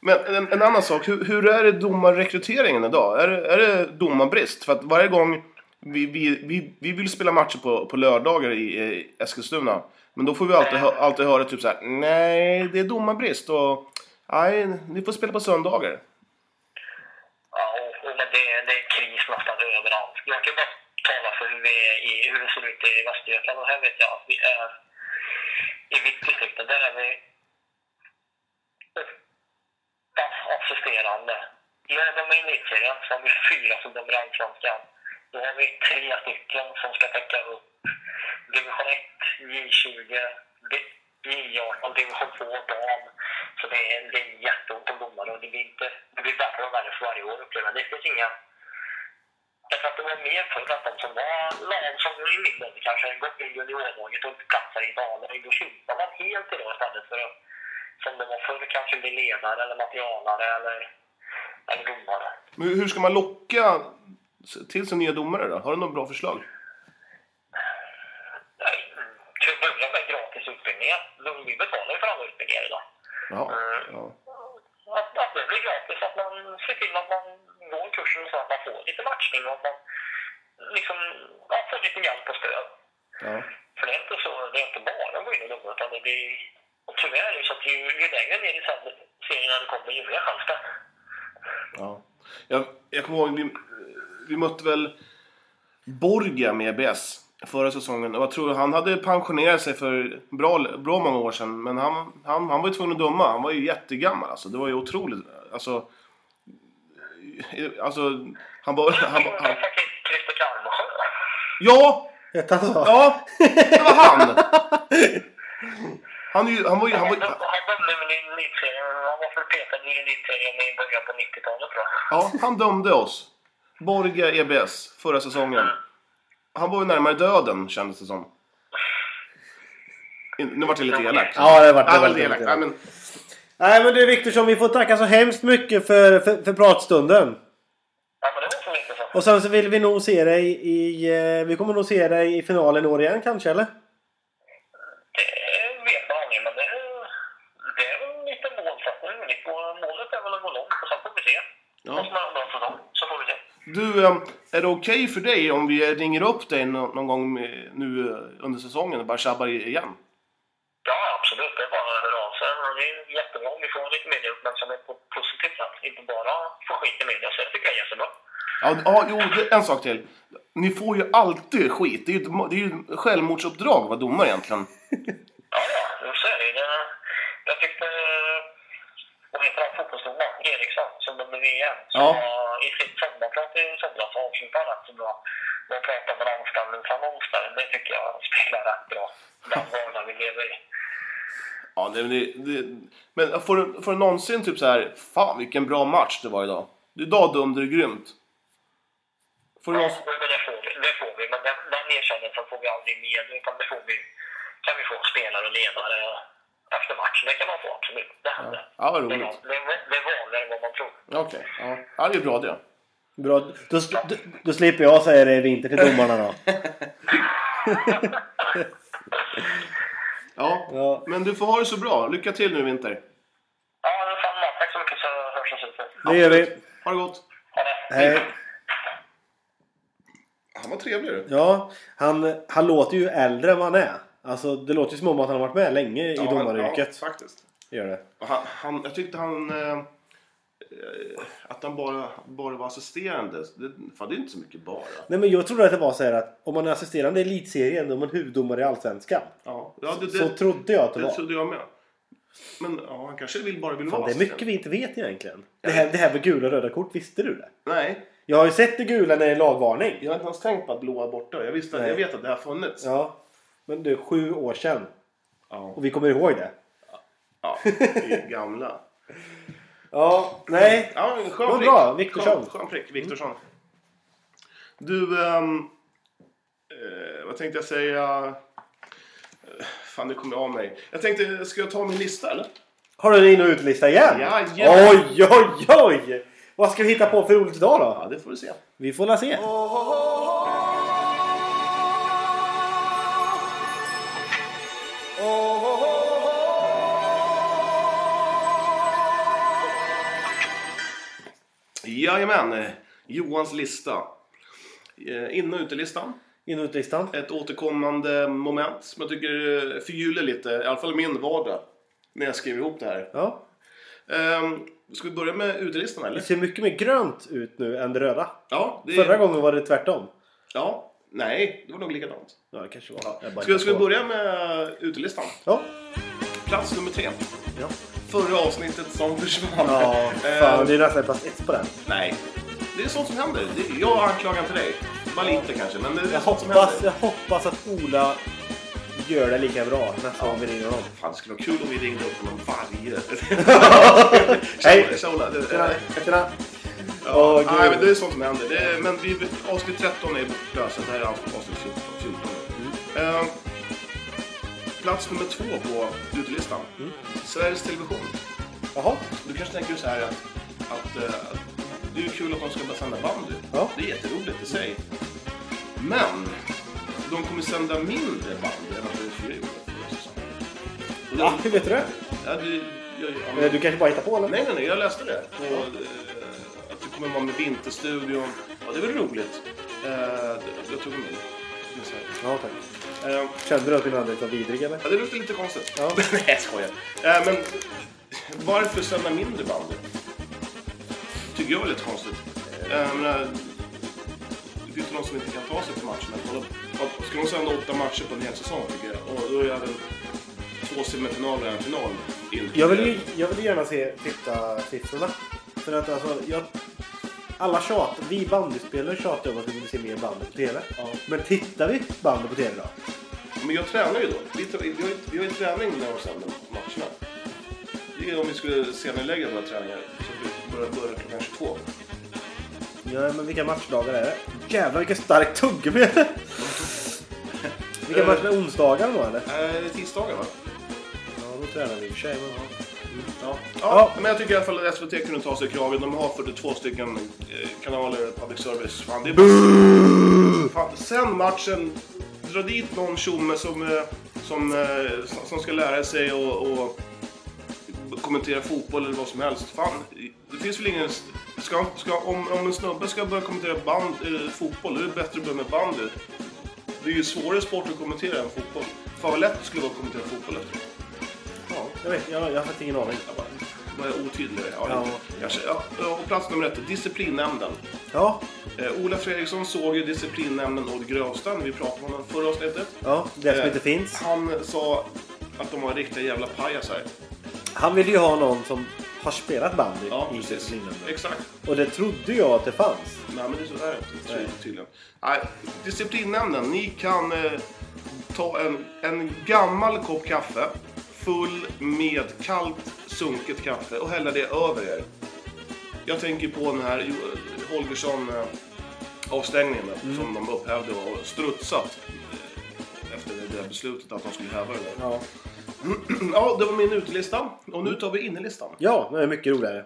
Speaker 2: Men en, en annan sak. Hur, hur är det domarrekryteringen idag? Är, det- är det domarbrist? För att varje gång vi, vi, vi, vi vill spela matcher på, på lördagar i, i Eskilstuna. Men då får vi alltid, hö- alltid höra typ så här. Nej, det är domarbrist. Och nej, ni får spela på söndagar.
Speaker 7: Ja, och, och men det, det är kris nästan överallt. Jag kan bara tala för hur, vi är i, hur det ser ut i Västergötland. Och här vet jag att vi är... I mitt distrikt, där är vi åtta assisterande. I de är elitserien så har vi fyra som dömer allsvenskan. Då har vi tre stycken som ska täcka upp division 1, J20, D- J18, division 2, dam. Så det är, det är jätteont om domare och det blir, inte, det blir värre och värre för varje år upplever jag. Det finns inga... Jag tror att det var mer förr att de som var lag som var i min ålder kanske gått in i juniorlaget och inte platsar i dalen. Då slutar man helt idag istället för att som det var förr kanske bli ledare eller materialare eller, eller domare.
Speaker 2: Men hur hur ska man locka till sig nya domare då? Har du några bra förslag?
Speaker 7: Nej, mm. Till att börja med gratis utbildningar. De- Vi betalar ju för alla utbildningar idag.
Speaker 2: Jaha.
Speaker 1: Eh.
Speaker 2: Ja.
Speaker 7: Att, att det blir gratis, att man ser till att man går kursen så att man får lite matchning och att man liksom, ja, får lite hjälp och stöd.
Speaker 2: Ja.
Speaker 7: För det är inte så, det är inte bara att gå in och dumma utan det blir... Och tyvärr är det så att ju, ju längre ner i sen- serierna det kommer, ju mer chans det är.
Speaker 2: Ja. Jag, jag kommer ihåg, vi, vi mötte väl Borgia med EBS förra säsongen. Och jag tror han hade pensionerat sig för bra, bra många år sedan. Men han, han, han var ju tvungen att döma. Han var ju jättegammal alltså. Det var ju otroligt. Alltså, alltså han var... Han,
Speaker 7: Det
Speaker 2: han,
Speaker 7: är faktiskt Christer Kalmarsjö.
Speaker 2: ja!
Speaker 1: Hette han så?
Speaker 2: Ja! Det var han! Han, är ju, han var ju... Han
Speaker 7: Han
Speaker 2: var, ju-
Speaker 7: dömde väl i elitserien. Han var förpetad i elitserien i början på 90-talet tror jag.
Speaker 2: ja, han dömde oss. Borgia EBS förra säsongen. Han var ju närmare döden kändes det som. In- Nu vart det lite elakt.
Speaker 1: Ja, det vart det.
Speaker 2: Ja, det
Speaker 1: var
Speaker 2: var lite elakt. Ja, men,
Speaker 1: Nej, men du Viktorsson, vi får tacka så hemskt mycket för, för, för pratstunden.
Speaker 7: Ja, men det var så mycket så.
Speaker 1: Och sen så vill vi nog se dig i... eh, Vi kommer nog se dig i finalen i år igen kanske, eller?
Speaker 7: Det Eh, vet man aldrig, men det, det är väl lite målsättning. Mitt mål- Målet är väl att gå långt, och sen får vi se.
Speaker 2: Ja.
Speaker 7: Vad som är bra för dem, så får vi se.
Speaker 2: du, eh, är det okej för dig om vi ringer upp dig nå- någon gång eh, nu eh, under säsongen och bara tjabbar i- igen?
Speaker 7: Ja, absolut. Det är bara att höra av sig. Och Det är jättebra om vi får lite mediauppmärksamhet på ett positivt sätt. Inte bara få skit i media, så det tycker jag är jättebra.
Speaker 2: Ja, ja jo, det, en sak till. Ni får ju alltid skit. Det är ju, ett mo- det är ju ett självmordsuppdrag att vara domare egentligen.
Speaker 7: Ja, ja, så är det. Jag, jag tyckte... eh, Vad heter han, fotbollsdomaren? Eriksson, som dömde VM. som
Speaker 2: Ja.
Speaker 7: var I sitt sommarprat i somras avslutade han rätt så bra. Man pratar om anställningsannonser. Det tycker jag spelar rätt bra. Den vardag vi lever i.
Speaker 2: Ja, det, det, det, men får du, får du någonsin typ så här, fan vilken bra match det var idag. Idag dömde du grymt. Får du
Speaker 7: Ja,
Speaker 2: någonsin,
Speaker 7: men det får vi. Det får vi. Men den, den erkännelsen får vi aldrig mer. Utan det får vi, kan vi få spelare och ledare efter matchen. Det kan man få, absolut. Det händer.
Speaker 2: ja, vad
Speaker 7: det, är
Speaker 2: roligt.
Speaker 7: van- det, är- det är vanligare än vad man tror.
Speaker 2: Ja, Okej, ja. ja. det är bra det.
Speaker 1: Bra. Då, då, då slipper jag säga det i vinter till domarna då.
Speaker 2: Ja.
Speaker 1: Ja.
Speaker 2: men du får ha det så bra. Lycka till nu i vinter.
Speaker 7: Ja, detsamma. Tack så mycket så hörs vi sen.
Speaker 1: Det gör vi.
Speaker 2: Ha det gott.
Speaker 7: Ha det.
Speaker 1: Hej.
Speaker 2: Han var trevlig du.
Speaker 1: Ja, han, han låter ju äldre än vad han är. Alltså, det låter ju som om att han har varit med länge i domaryrket.
Speaker 2: Ja, faktiskt.
Speaker 1: Gör det.
Speaker 2: Och Han, han, jag tyckte han... Eh, eh, att han bara, bara var assisterande. Det, fan, det är inte så mycket bara.
Speaker 1: Nej, men jag trodde att det var så här att om man är assisterande i elitserien då är man huvuddomare i Allsvenskan.
Speaker 2: Ja. Ja, det,
Speaker 1: Så
Speaker 2: det,
Speaker 1: trodde jag att det
Speaker 2: det
Speaker 1: var.
Speaker 2: trodde jag med. Men ja, han kanske vill, bara vill
Speaker 1: Fan,
Speaker 2: vara
Speaker 1: det är mycket vi inte vet egentligen. Det här, det här med gula och röda kort, visste du det?
Speaker 2: Nej,
Speaker 1: Jag har ju sett det gula när det är lagvarning.
Speaker 2: jag har inte ens tänkt på att blåa är borta. Jag, visste,
Speaker 1: Nej.
Speaker 2: jag vet att det har funnits.
Speaker 1: Ja. Men det är sju år sedan.
Speaker 2: Ja.
Speaker 1: Och vi kommer ihåg det.
Speaker 2: Ja, vi är gamla.
Speaker 1: Ja, nej.
Speaker 2: Ja, en skön
Speaker 1: Vad
Speaker 2: prick.
Speaker 1: bra, Mm. Viktorsson.
Speaker 2: Skön, skön prick, Viktorsson. Du, ehm, eh, vad tänkte jag säga? Eh, Fan, nu kom jag av mig. Jag tänkte, ska jag ta min lista eller?
Speaker 1: Har du en in och utlista igen?
Speaker 2: Jajamän.
Speaker 1: Oj, oj, oj! Vad ska vi hitta på för roligt idag
Speaker 2: Ja,
Speaker 1: då?
Speaker 2: det får du se.
Speaker 1: Vi får la se.
Speaker 2: Jajamän, eh, Johans lista. Eh, In och utelistan.
Speaker 1: In och utlistan.
Speaker 2: Ett återkommande moment som jag tycker eh, förgyller lite, i alla fall min vardag. När jag skriver ihop det här.
Speaker 1: Ja.
Speaker 2: Ehm, Ska vi börja med utelistan eller?
Speaker 1: Det ser mycket mer grönt ut nu än det röda.
Speaker 2: Ja, det,
Speaker 1: Förra gången var det tvärtom.
Speaker 2: Ja, nej, det var nog likadant.
Speaker 1: Ja, det kanske var. Jag bara
Speaker 2: Ska,
Speaker 1: hittar
Speaker 2: ska vi
Speaker 1: på.
Speaker 2: börja med utelistan?
Speaker 1: Ja.
Speaker 2: Plats nummer tre.
Speaker 1: ja.
Speaker 2: Förra avsnittet som försvann.
Speaker 1: Ja,
Speaker 2: Eh,
Speaker 1: fan. Det är nästan plats ett på den.
Speaker 2: Nej, det är sånt som händer. Det, jag anklagar inte dig. Bara lite kanske, men det är
Speaker 1: Jag
Speaker 2: sånt som
Speaker 1: hoppas,
Speaker 2: händer.
Speaker 1: jag hoppas att Ola gör det lika bra nästa gång vi ringer honom.
Speaker 2: Fan, det skulle vara kul om vi ringde upp honom
Speaker 1: <laughs>
Speaker 2: varje...
Speaker 1: Hej.
Speaker 2: Tjola, det,
Speaker 1: Tjena! Tjena!
Speaker 2: ja,
Speaker 1: Åh,
Speaker 2: nej,
Speaker 1: gud.
Speaker 2: men det är sånt som händer. Det är, men vi, avsnitt 13 är borta, så det här är alltså avsnitt 14. 14. Eh, plats nummer två på utelistan. Sveriges Television.
Speaker 1: Jaha.
Speaker 2: Du kanske tänker så här att, att, eh, att det är ju kul att de ska börja sända bandy.
Speaker 1: Ja.
Speaker 2: Det är jätteroligt i sig. Men de kommer sända mindre bandy än vad TV4 gjorde förra säsongen. Och
Speaker 1: Ja,
Speaker 2: det-
Speaker 1: hur vet du det?
Speaker 2: Ja, det- jag- jag-
Speaker 1: Eh, Du kanske bara hittar på eller?
Speaker 2: Nej, nej, nej, jag läste det. Och, eh, att det kommer vara med Vinterstudion. Ja, det är väl roligt. Eh, det- jag tog med det. Så här.
Speaker 1: Ja, tack.
Speaker 2: Eh,
Speaker 1: Kände du att min andedräkt var vidrig eller?
Speaker 2: ja, det låter lite konstigt.
Speaker 1: Ja.
Speaker 2: <laughs> nej, jag skojar. Eh, men varför sända mindre bandy? Tycker jag är lite konstigt. Eh, jag menar, det finns ju någon som inte kan ta sig till matcherna. Kolla, ja, ska de sända åtta matcher på en hel säsong tycker jag. Och då är det väl två semifinaler och en final. in.
Speaker 1: Jag vill ju, jag vill ju gärna se tittarsiffrorna. För att alltså, jag... Alla tjatar, vi bandyspelare tjatar om att vi vill se mer bandy på TV.
Speaker 2: Ja.
Speaker 1: Men tittar vi bandy på TV då?
Speaker 2: Men jag tränar ju då. Vi, tar- vi, har, ju- vi har ju träning när de sänder matcherna. Det är om vi skulle senarelägga våra träningar. Så att vi börjar börja klockan 22.
Speaker 1: Ja, men vilka matchdagar är det? Jävlar vilken stark tuggummi! vilka
Speaker 2: Eh.
Speaker 1: matcher? är Onsdagar då eller?
Speaker 2: Eh, tisdagar va?
Speaker 1: Ja, då tränar vi i och för sig. Men...
Speaker 2: Ja.
Speaker 1: Ja.
Speaker 2: men jag tycker i alla fall att SVT kunde ta sig kragen. De har 42 stycken eh, kanaler, public service. Fan, det är Fan, sen matchen, dra dit någon tjomme som, eh, som, eh, som- som ska lära sig och, och kommentera fotboll eller vad som helst. Fan, det finns väl ingen... Ska, ska, om, om en snubbe ska börja kommentera band, eh, fotboll, då är det bättre att börja med bandy. Det är ju svårare sport att kommentera än fotboll. Fan vad lätt det skulle vara att kommentera fotboll efteråt.
Speaker 1: Ja, jag vet, jag, jag har faktiskt ingen aning.
Speaker 2: Jag bara, vad jag otydlig jag är. Ja,
Speaker 1: Ja.
Speaker 2: lite. Kanske, ja. ja, Och plats nummer ett, disciplinnämnden.
Speaker 1: Ja,
Speaker 2: Eh, Ola Fredriksson såg ju disciplinnämnden åt grövsta när vi pratade om honom förra avsnittet.
Speaker 1: ja det som
Speaker 2: Eh,
Speaker 1: inte finns.
Speaker 2: Han sa att de var riktiga jävla pajasar.
Speaker 1: Han ville ju ha någon som har spelat bandy
Speaker 2: Ja,
Speaker 1: i
Speaker 2: precis.
Speaker 1: disciplinnämnden.
Speaker 2: Exakt.
Speaker 1: Och det trodde jag att det fanns.
Speaker 2: Nej, men det är så är det inte
Speaker 1: Nej.
Speaker 2: ty- tydligen. Nej, disciplinnämnden, ni kan eh, ta en, en gammal kopp kaffe full med kallt, sunket kaffe och hälla det över er. Jag tänker på den här Jo- Holgersson eh, avstängningen där, som de upphävde och strutsat eh, efter det där beslutet att de skulle häva det. där.
Speaker 1: Ja,
Speaker 2: <clears throat> Ja, det var min utelista och nu tar vi innelistan.
Speaker 1: ja men det är mycket roligare.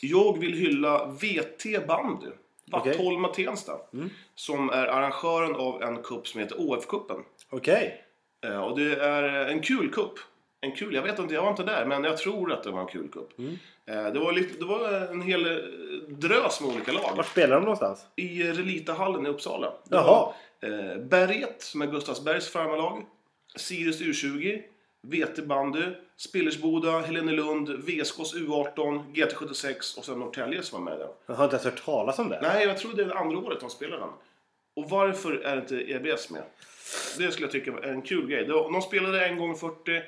Speaker 2: Jag vill hylla VT Bandy. Vattholma Tensta. Som är arrangören av en kupp som heter OF-cupen.
Speaker 1: Okej.
Speaker 2: Eh, och det är eh, en kul kupp. En kul, jag vet inte, jag var inte där, men jag tror att det var en kul kupp. Eh, det, var lite, det var en hel eh, drös med olika lag.
Speaker 1: Vart spelar de någonstans?
Speaker 2: I Relitahallen i Uppsala. Det
Speaker 1: Jaha.
Speaker 2: var, Eh, Berget, som är Gustavsbergs farmarlag. Sirius U20. VT Bandy. Spillersboda, Helenelund, VSKs U18, GT76 och sen Norrtälje som var med där.
Speaker 1: Jag har inte ens hört talas om det.
Speaker 2: Nej, jag tror det är det andra året de spelar den. Och varför är inte EBS med? Det skulle jag tycka är en kul grej. Det var- De spelade en gång 40.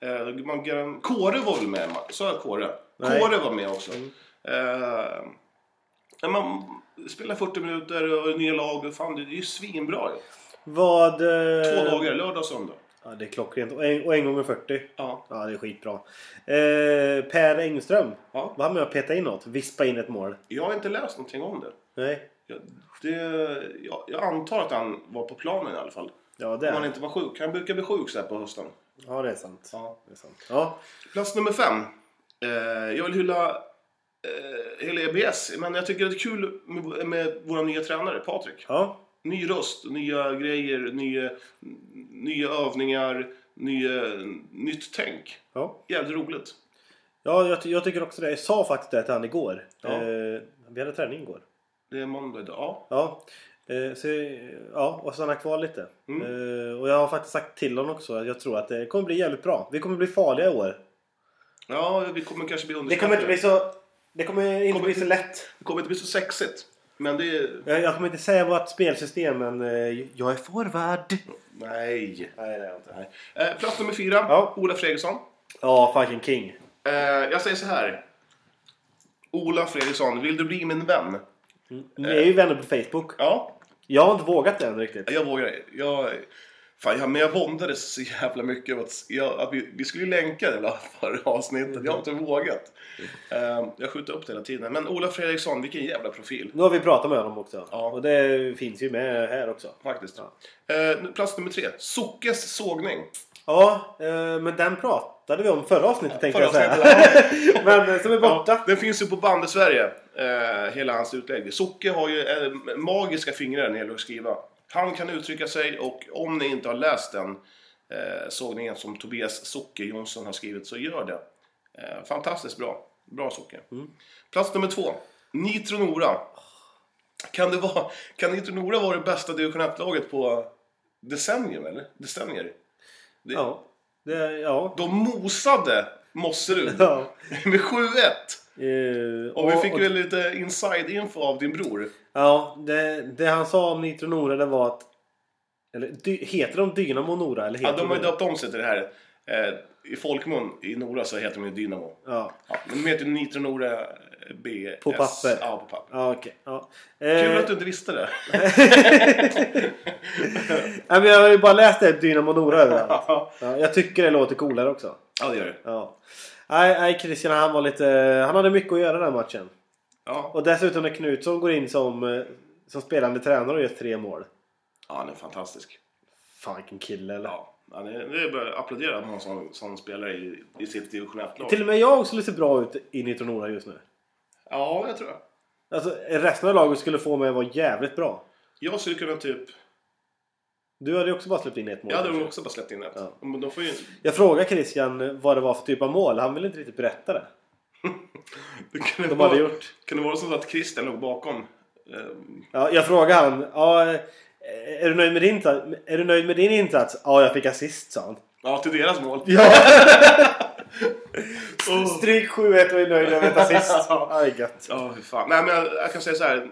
Speaker 2: Eh, man, garan- Kåre var väl med? Sa jag Kåre?
Speaker 1: Nej. Mm.
Speaker 2: Kåre var med också. Eh, när man spelar 40 minuter och nya lag. och Fan, det är ju svinbra ju.
Speaker 1: Vad...
Speaker 2: Två
Speaker 1: eh,
Speaker 2: dagar, lördag och söndag.
Speaker 1: Ja, det är klockrent. Och en, och en gånger 40.
Speaker 2: Ja.
Speaker 1: Ja, det är skitbra. Eh, per Engström.
Speaker 2: Ja.
Speaker 1: Var han med och petade in något? Vispa in ett mål?
Speaker 2: Jag har inte läst någonting om det.
Speaker 1: Nej.
Speaker 2: Jag, det, jag, jag antar att han var på planen i alla fall.
Speaker 1: Ja, det
Speaker 2: Om
Speaker 1: är
Speaker 2: han
Speaker 1: han.
Speaker 2: inte var sjuk. Han brukar bli sjuk så här på hösten.
Speaker 1: Ja, det är sant.
Speaker 2: Ja.
Speaker 1: Det är sant. Ja.
Speaker 2: Plats nummer fem. Eh, jag vill hylla eh, hela EBS. Men jag tycker det är kul med, med våra nya tränare, Patrik.
Speaker 1: Ja.
Speaker 2: Ny röst, nya grejer, nya, nya övningar, nya, nytt tänk.
Speaker 1: Ja.
Speaker 2: Jävligt roligt.
Speaker 1: Ja, jag, ty- jag tycker också det. Jag sa faktiskt det till han igår.
Speaker 2: Ja.
Speaker 1: Eh, vi hade träning igår.
Speaker 2: Det är måndag idag. Ja.
Speaker 1: Ja. Eh, så, ja, och stanna kvar lite.
Speaker 2: Mm.
Speaker 1: Eh, och jag har faktiskt sagt till honom också att jag tror att det kommer bli jävligt bra. Vi kommer bli farliga i år.
Speaker 2: ja, vi kommer kanske bli
Speaker 1: Det kommer inte bli så... Det kommer inte
Speaker 2: Kommer-
Speaker 1: bli så lätt.
Speaker 2: det kommer inte bli så sexigt. Men det är...
Speaker 1: Jag, jag kommer inte säga vårt spelsystem, men eh, jag är forward.
Speaker 2: Nej.
Speaker 1: Nej, det är jag inte. Nej.
Speaker 2: Eh, plats nummer fyra,
Speaker 1: Ja.
Speaker 2: Ola Fredriksson.
Speaker 1: Ja, fucking king.
Speaker 2: Eh, jag säger så här. Ola Fredriksson, vill du bli min vän?
Speaker 1: Ni är ju vänner på Facebook.
Speaker 2: Ja,
Speaker 1: Jag har inte vågat än riktigt.
Speaker 2: Jag vågar inte. jag, fan, jag, Men jag våndades så jävla mycket över att, jag, att vi, vi skulle ju länka det jävla <laughs> förra avsnittet. Jag har inte vågat. Eh, jag skjuter upp det hela tiden. Men Ola Fredriksson, vilken jävla profil.
Speaker 1: Nu har vi pratat med honom också.
Speaker 2: Ja.
Speaker 1: Och det finns ju med här också.
Speaker 2: Faktiskt. Eh, nu- plats nummer tre. Sockes sågning.
Speaker 1: Ja, eh, men den pratade vi om förra avsnittet tänkte
Speaker 2: förra
Speaker 1: jag säga. <laughs> men eh, som är borta.
Speaker 2: Den finns ju på bandet Sverige. Eh, hela hans utlägg. Socke har ju eh, magiska fingrar när det gäller att skriva. Han kan uttrycka sig och om ni inte har läst den eh, sågningen som Tobias Socke Jonsson har skrivit så gör det. Eh, fantastiskt bra. Bra Socke. Plats nummer två. Nitro Nora. Kan, det vara, kan Nitro Nora vara det bästa division 1-laget på decennium eller? Decennier? Det,
Speaker 1: Ja. Det,
Speaker 2: <laughs>
Speaker 1: ja.
Speaker 2: De mosade Mosserud
Speaker 1: ja.
Speaker 2: med 7-1.
Speaker 1: Eh,
Speaker 2: Och vi fick
Speaker 1: och-
Speaker 2: väl lite inside-info av din bror.
Speaker 1: Ja, det, det han sa om Nitro Nora det var att... Eller dy, heter de Dynamo Nora? Eller heter
Speaker 2: Ja, de har ju
Speaker 1: Nora?
Speaker 2: döpt om sig till det här. Eh, I folkmun i Nora så heter de ju Dynamo.
Speaker 1: Ja,
Speaker 2: Ja, men de heter ju Nitro Nora BS.
Speaker 1: På papper.
Speaker 2: Ja, på papper.
Speaker 1: ja okej. Ja.
Speaker 2: Kul
Speaker 1: Eh,
Speaker 2: att du inte visste det.
Speaker 1: <laughs> nej, men jag har ju bara läst det här Dynamo Nora överallt.
Speaker 2: <laughs> ja,
Speaker 1: Ja, jag tycker det låter coolare också.
Speaker 2: det gör det.
Speaker 1: Ja. Nej, nej, Christian han var lite... Han hade mycket att göra den här matchen.
Speaker 2: Ja.
Speaker 1: Och dessutom när Knutsson går in som, eh, som spelande tränare och gör tre mål.
Speaker 2: ja, han är fantastisk.
Speaker 1: Fan vilken kille eller?
Speaker 2: Ja. Ja, det är det är bara att applådera någon som, som spelar i, i sitt division 1-lag.
Speaker 1: Till och med jag skulle se bra ut i Nitro Nora just nu.
Speaker 2: Ja, jag tror det.
Speaker 1: Alltså resten av laget skulle få mig att vara jävligt bra.
Speaker 2: Jag skulle kunna typ...
Speaker 1: Du hade ju också bara släppt in ett mål.
Speaker 2: Jag hade nog
Speaker 1: kanske.
Speaker 2: också bara släppt in ett.
Speaker 1: Ja.
Speaker 2: Men de får ju...
Speaker 1: Jag frågade Christian vad det var för typ av mål. Han ville inte riktigt berätta det.
Speaker 2: Kan det,
Speaker 1: De
Speaker 2: vara,
Speaker 1: hade gjort.
Speaker 2: kan det vara så att Christian låg bakom? Eh,
Speaker 1: Ja, jag frågade han. Ja, eh, är, du nöjd med din, insa- är du nöjd med din insats? Ja, jag fick assist sa han.
Speaker 2: ja, till deras mål.
Speaker 1: <laughs> Ja,
Speaker 2: Oh.
Speaker 1: stryk 7-1 och är nöjd över ett assist. <laughs> Ja, det är gött.
Speaker 2: Ja, hur fan. Nej, men jag, jag kan säga så här.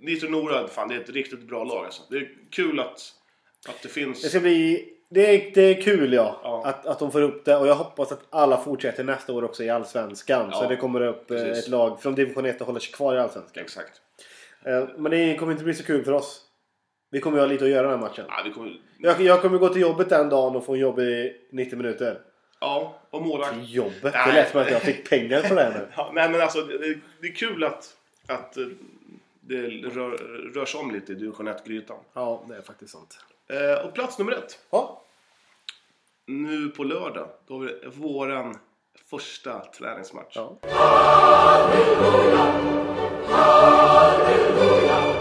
Speaker 2: Nitro Nora, fan, det är ett riktigt bra lag alltså. Det är kul att, att det
Speaker 1: Det
Speaker 2: finns...
Speaker 1: ska bli... Det är, det är kul ja,
Speaker 2: Ja.
Speaker 1: Att, att de får upp det och jag hoppas att alla fortsätter nästa år också i Allsvenskan. Så
Speaker 2: Ja,
Speaker 1: det kommer upp eh,
Speaker 2: precis.
Speaker 1: ett lag från division 1 och håller sig kvar i Allsvenskan.
Speaker 2: Exakt.
Speaker 1: Eh, Men det kommer inte bli så kul för oss. Vi kommer ju ha lite att göra den här matchen.
Speaker 2: Ja, vi kommer,
Speaker 1: Jag, jag kommer gå till jobbet den dagen och få jobb i 90 minuter.
Speaker 2: ja och målvakt.
Speaker 1: Till jobbet? Det
Speaker 2: Nej.
Speaker 1: lät som att jag fick pengar för det här nu.
Speaker 2: Ja, nej, men alltså, det, det- det är kul att, att eh, det rör, rör sig om lite i division 1-grytan.
Speaker 1: <laughs> Ja, det är faktiskt sant.
Speaker 2: Eh, och plats nummer ett.
Speaker 1: Ja.
Speaker 2: Nu på lördag, då har vi våran första träningsmatch.
Speaker 1: ja.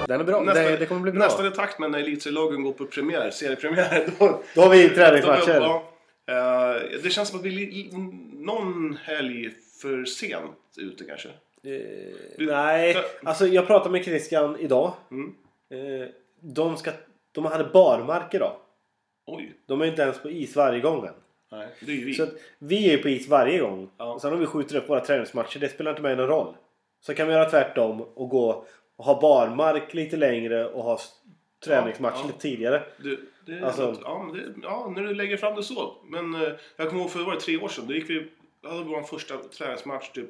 Speaker 1: Den är bra. det, det kommer bli bra.
Speaker 2: Nästan i takt med när elitserielagen går på premiär, seriepremiär. <laughs> Då,
Speaker 1: Då har vi
Speaker 2: Utan
Speaker 1: träningsmatcher.
Speaker 2: Europa, eh, det känns som att vi är li- någon helg för sent ute kanske.
Speaker 1: Eh, Nej, alltså jag pratade med Christian idag.
Speaker 2: Mm.
Speaker 1: Eh, De, ska, de hade barmark idag.
Speaker 2: Oj.
Speaker 1: De är inte ens på is varje gång än.
Speaker 2: Nej. Det är ju vi.
Speaker 1: Så att vi är ju på is varje gång.
Speaker 2: Ja.
Speaker 1: Sen om vi skjuter upp våra träningsmatcher, det spelar inte mig någon roll. Så kan vi göra tvärtom och gå och ha barmark lite längre och ha s- träningsmatch
Speaker 2: Ja, ja.
Speaker 1: lite tidigare.
Speaker 2: Du, det,
Speaker 1: Alltså-
Speaker 2: ja, men det, ja, när du lägger fram det så. Men eh, jag kommer ihåg för var det tre år sedan. Då gick vi, då hade vi vår första träningsmatch typ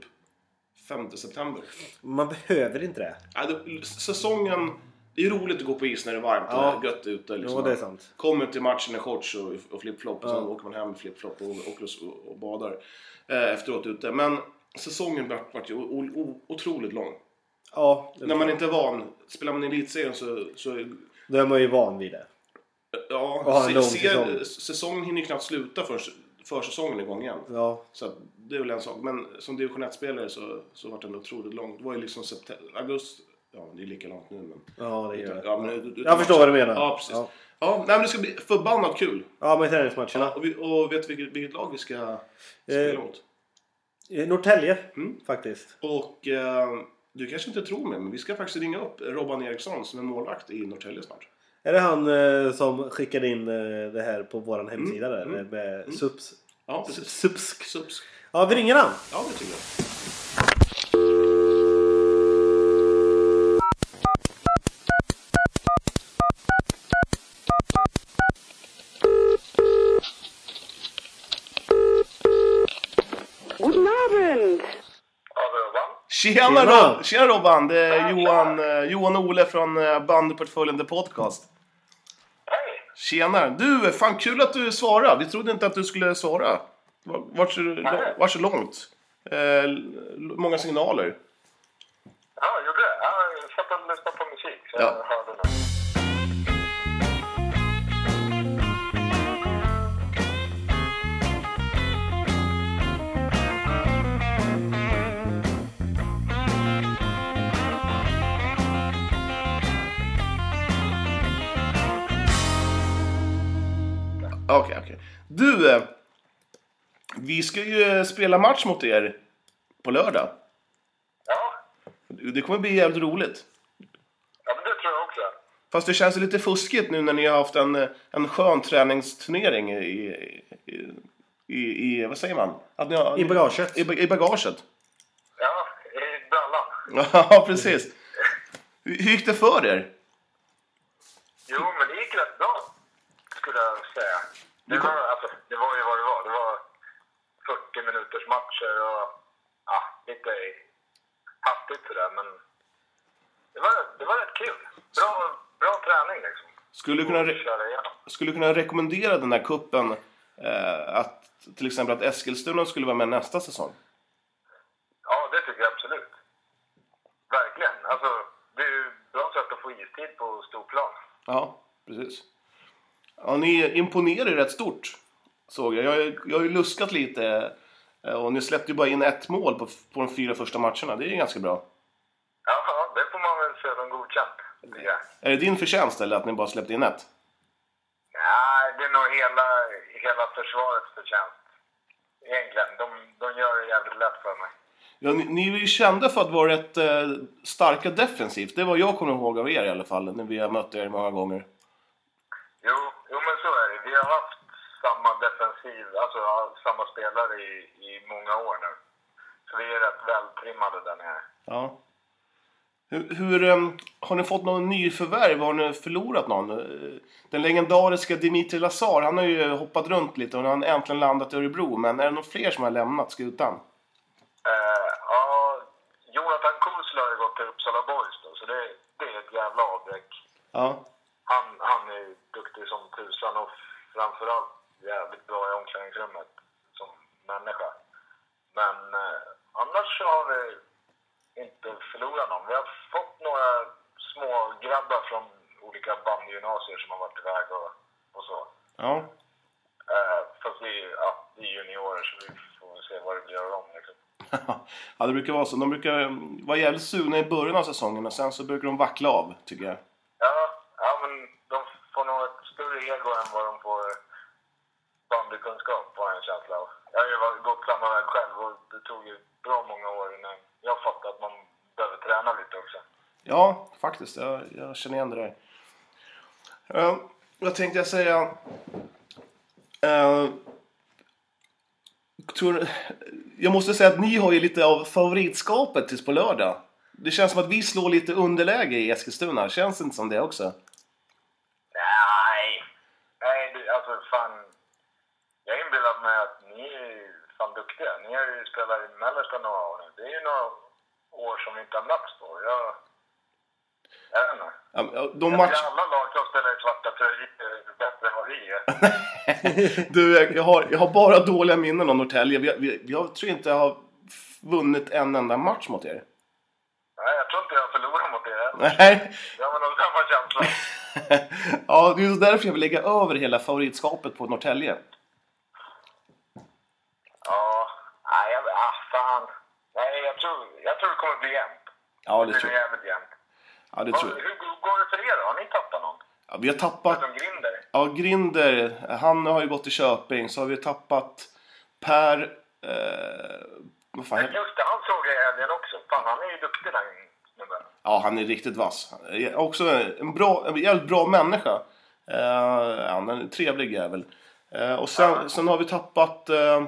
Speaker 2: 5 september.
Speaker 1: Man behöver inte det.
Speaker 2: Ja, det, säsongen, det är roligt att gå på is när det är varmt
Speaker 1: Ja.
Speaker 2: och gött ute. Liksom.
Speaker 1: Jo, det är sant.
Speaker 2: Kommer till matchen i shorts och, och flipflop och
Speaker 1: Ja.
Speaker 2: sen åker man hem med flipflop och, och, och, och badar eh, efteråt ute. Men säsongen vart vart ju o, o, otroligt lång.
Speaker 1: Ja, det
Speaker 2: När man
Speaker 1: är-
Speaker 2: inte är van, spelar man i elitserien så, så
Speaker 1: då är man ju van vid det. Och
Speaker 2: Ja,
Speaker 1: ha en
Speaker 2: se,
Speaker 1: lång
Speaker 2: se,
Speaker 1: säsong.
Speaker 2: säsongen hinner ju knappt sluta för, försäsongen är igång igen.
Speaker 1: Ja,
Speaker 2: Så att, det är väl en sak. Men som division 1-spelare så, så var den otroligt lång. Det var ju liksom september, augusti. Ja, men det är lika långt nu men...
Speaker 1: ja det gör det.
Speaker 2: Ja, men ut- ut-
Speaker 1: Jag förstår vad du menar.
Speaker 2: Ja, precis. Ja.
Speaker 1: Ja.
Speaker 2: nej, men det ska bli förbannat kul.
Speaker 1: Ja, men träningsmatcherna.
Speaker 2: Och, vi, och vet du vilket, vilket lag vi ska spela
Speaker 1: Eh.
Speaker 2: mot?
Speaker 1: Eh, Norrtälje,
Speaker 2: Mm.
Speaker 1: faktiskt.
Speaker 2: Och eh, du kanske inte tror mig, men vi ska faktiskt ringa upp Robban Eriksson som är målvakt i Norrtälje snart.
Speaker 1: Är det han eh, som skickade in eh, det här på vår hemsida där?
Speaker 2: Mm.
Speaker 1: Med subs...
Speaker 2: Ja, precis.
Speaker 1: Subsk.
Speaker 2: Subs.
Speaker 1: Ja, vi ringer han.
Speaker 2: Ja, det tycker jag.
Speaker 8: Guten Abend.
Speaker 7: Ja, Urban.
Speaker 2: Tjena,
Speaker 1: Tjena.
Speaker 2: Rob, tjena Robban! Det är Johan, eh, Johan och Ole från eh, Bandyportföljen The Podcast.
Speaker 7: Hej!
Speaker 2: Tjena! Du, fan kul att du svarade. Vi trodde inte att du skulle svara. Var- Vart så, vart så långt? Eh, l- många signaler.
Speaker 7: Ja, gjorde det? Ja, jag satt och lyssnade på musik så
Speaker 2: Ja.
Speaker 7: jag hörde det.
Speaker 2: Okej, okej. Du, eh, vi ska ju eh, spela match mot er på lördag.
Speaker 7: Ja.
Speaker 2: Det kommer bli jävligt roligt.
Speaker 7: ja, men det tror jag också.
Speaker 2: Fast det känns ju lite fuskigt nu när ni har haft en, eh, en skön träningsturnering i, i, i, i... Vad säger man? Att ni har,
Speaker 1: I bagaget.
Speaker 2: I, ba- i bagaget. <laughs>
Speaker 7: Ja, i brallan.
Speaker 2: Ja, precis. Hur hur gick det för er?
Speaker 7: Jo, men det gick rätt bra, skulle jag säga. Det var, alltså, det var ju vad det var. Det var 40 minuters matcher och ja, lite i- hastigt sådär, men det var, det var rätt kul. Bra, bra träning liksom.
Speaker 2: Skulle du kunna, re-
Speaker 7: Köra igenom.
Speaker 2: skulle du kunna rekommendera den här kuppen eh, att till exempel att Eskilstuna skulle vara med nästa säsong?
Speaker 7: Ja, det tycker jag absolut. Verkligen. Alltså, det är ju bra sätt att få istid på storplan.
Speaker 2: Ja, precis. Ja, ni imponerar ju rätt stort, såg jag. Jag, har ju- jag har ju luskat lite eh, och ni släppte ju bara in ett mål på, på de fyra första matcherna. Det är ju ganska bra.
Speaker 7: Ja, det får man väl säga som godkänt, tycker jag.
Speaker 2: Är det din förtjänst eller att ni bara släppte in ett?
Speaker 7: Nej, det är nog hela, hela försvarets förtjänst. Egentligen. De, de gör det jävligt lätt för mig.
Speaker 2: Ja, ni, ni är ju kända för att vara rätt eh, starka defensivt. Det var jag kommer ihåg av er i alla fall, när vi har mött er många gånger.
Speaker 7: Jo, jo men så är det. Vi har haft samma defensiv, alltså ja, samma spelare i, i många år nu. Så vi är rätt vältrimmade där nere.
Speaker 2: Ja. Hur, hur, ehm, har ni fått någon nyförvärv? Har ni förlorat någon? Eh, Den legendariska Dimitri Lazar, han har ju hoppat runt lite och nu har han äntligen landat i Örebro. Men är det någon fler som har lämnat skutan?
Speaker 7: Eh, ja, Jonathan Kosla har ju gått till Uppsala Boys då, så det, det är ett jävla avbräck.
Speaker 2: Ja.
Speaker 7: Han, han är ju duktig som tusan och framförallt jävligt bra i omklädningsrummet som människa. Men eh, annars så har vi inte förlorat någon. Vi har fått några små grabbar från olika bandgymnasier som har varit iväg och, och så.
Speaker 2: Ja.
Speaker 7: Eh, fast vi, ja, vi är juniorer så vi får se vad det blir av dem. Liksom.
Speaker 2: ja, det brukar vara så. De brukar ehm, vara jävligt sugna i början av säsongen och sen så brukar de vackla av, tycker jag.
Speaker 7: Ja, ja, men de får nog ett större ego än vad de får eh, bandykunskap, har jag en känsla av. Jag har ju varit- gått samma väg själv och det tog ju bra många år innan jag fattade att man behöver träna lite också.
Speaker 2: Ja, faktiskt. Jag, jag känner igen det där. Eh, vad tänkte jag säga? Eh, tror, jag måste säga att ni har ju lite av favoritskapet tills på lördag. Det känns som att vi slår lite underläge i Eskilstuna. Känns det inte som det också?
Speaker 7: tycker, alltså fan. Jag har inbillat mig att ni är fan duktiga. Ni har ju spelat i mellersta några år nu. Det är ju några år som vi inte har mötts då. Jag... Jag vet inte.
Speaker 2: Ehm, Ja, men, ja, De
Speaker 7: Jag
Speaker 2: match...
Speaker 7: tycker alla lag som spelar i svarta tröjor är bättre än vad vi är.
Speaker 2: <laughs> Du, jag- jag har, jag har bara dåliga minnen om Norrtälje. Vi, vi, jag tror inte jag har vunnit en enda match mot er. <laughs>
Speaker 7: Nej, jag tror inte jag förlorar mot er heller.
Speaker 2: Nej.
Speaker 7: Jag har nog samma känsla.
Speaker 2: Ja, det är just därför jag vill lägga över hela favoritskapet på Norrtälje.
Speaker 7: Ja, nej, jag, ah, fan. Nej, jag tror, jag tror det kommer bli jämnt.
Speaker 2: Ja, det
Speaker 7: Det blir
Speaker 2: tror jag.
Speaker 7: jävligt jämnt.
Speaker 2: Ja, det
Speaker 7: Vad-
Speaker 2: tror jag.
Speaker 7: Hur går det för er då? Har ni tappat någon?
Speaker 2: Ja, vi har tappat...
Speaker 7: Förutom Grinder?
Speaker 2: Ja, Grinder, han har ju gått till Köping. Så har vi tappat Per... Eh, vad fan
Speaker 7: Men
Speaker 2: heter-
Speaker 7: just det, han såg jag i helgen också. Fan, han är ju duktig den snubben.
Speaker 2: Ja, han är riktigt vass. Eh, Också en bra, en jävligt bra människa. Eh, han är en trevlig jävel. Eh, och sen, sen har vi tappat, eh,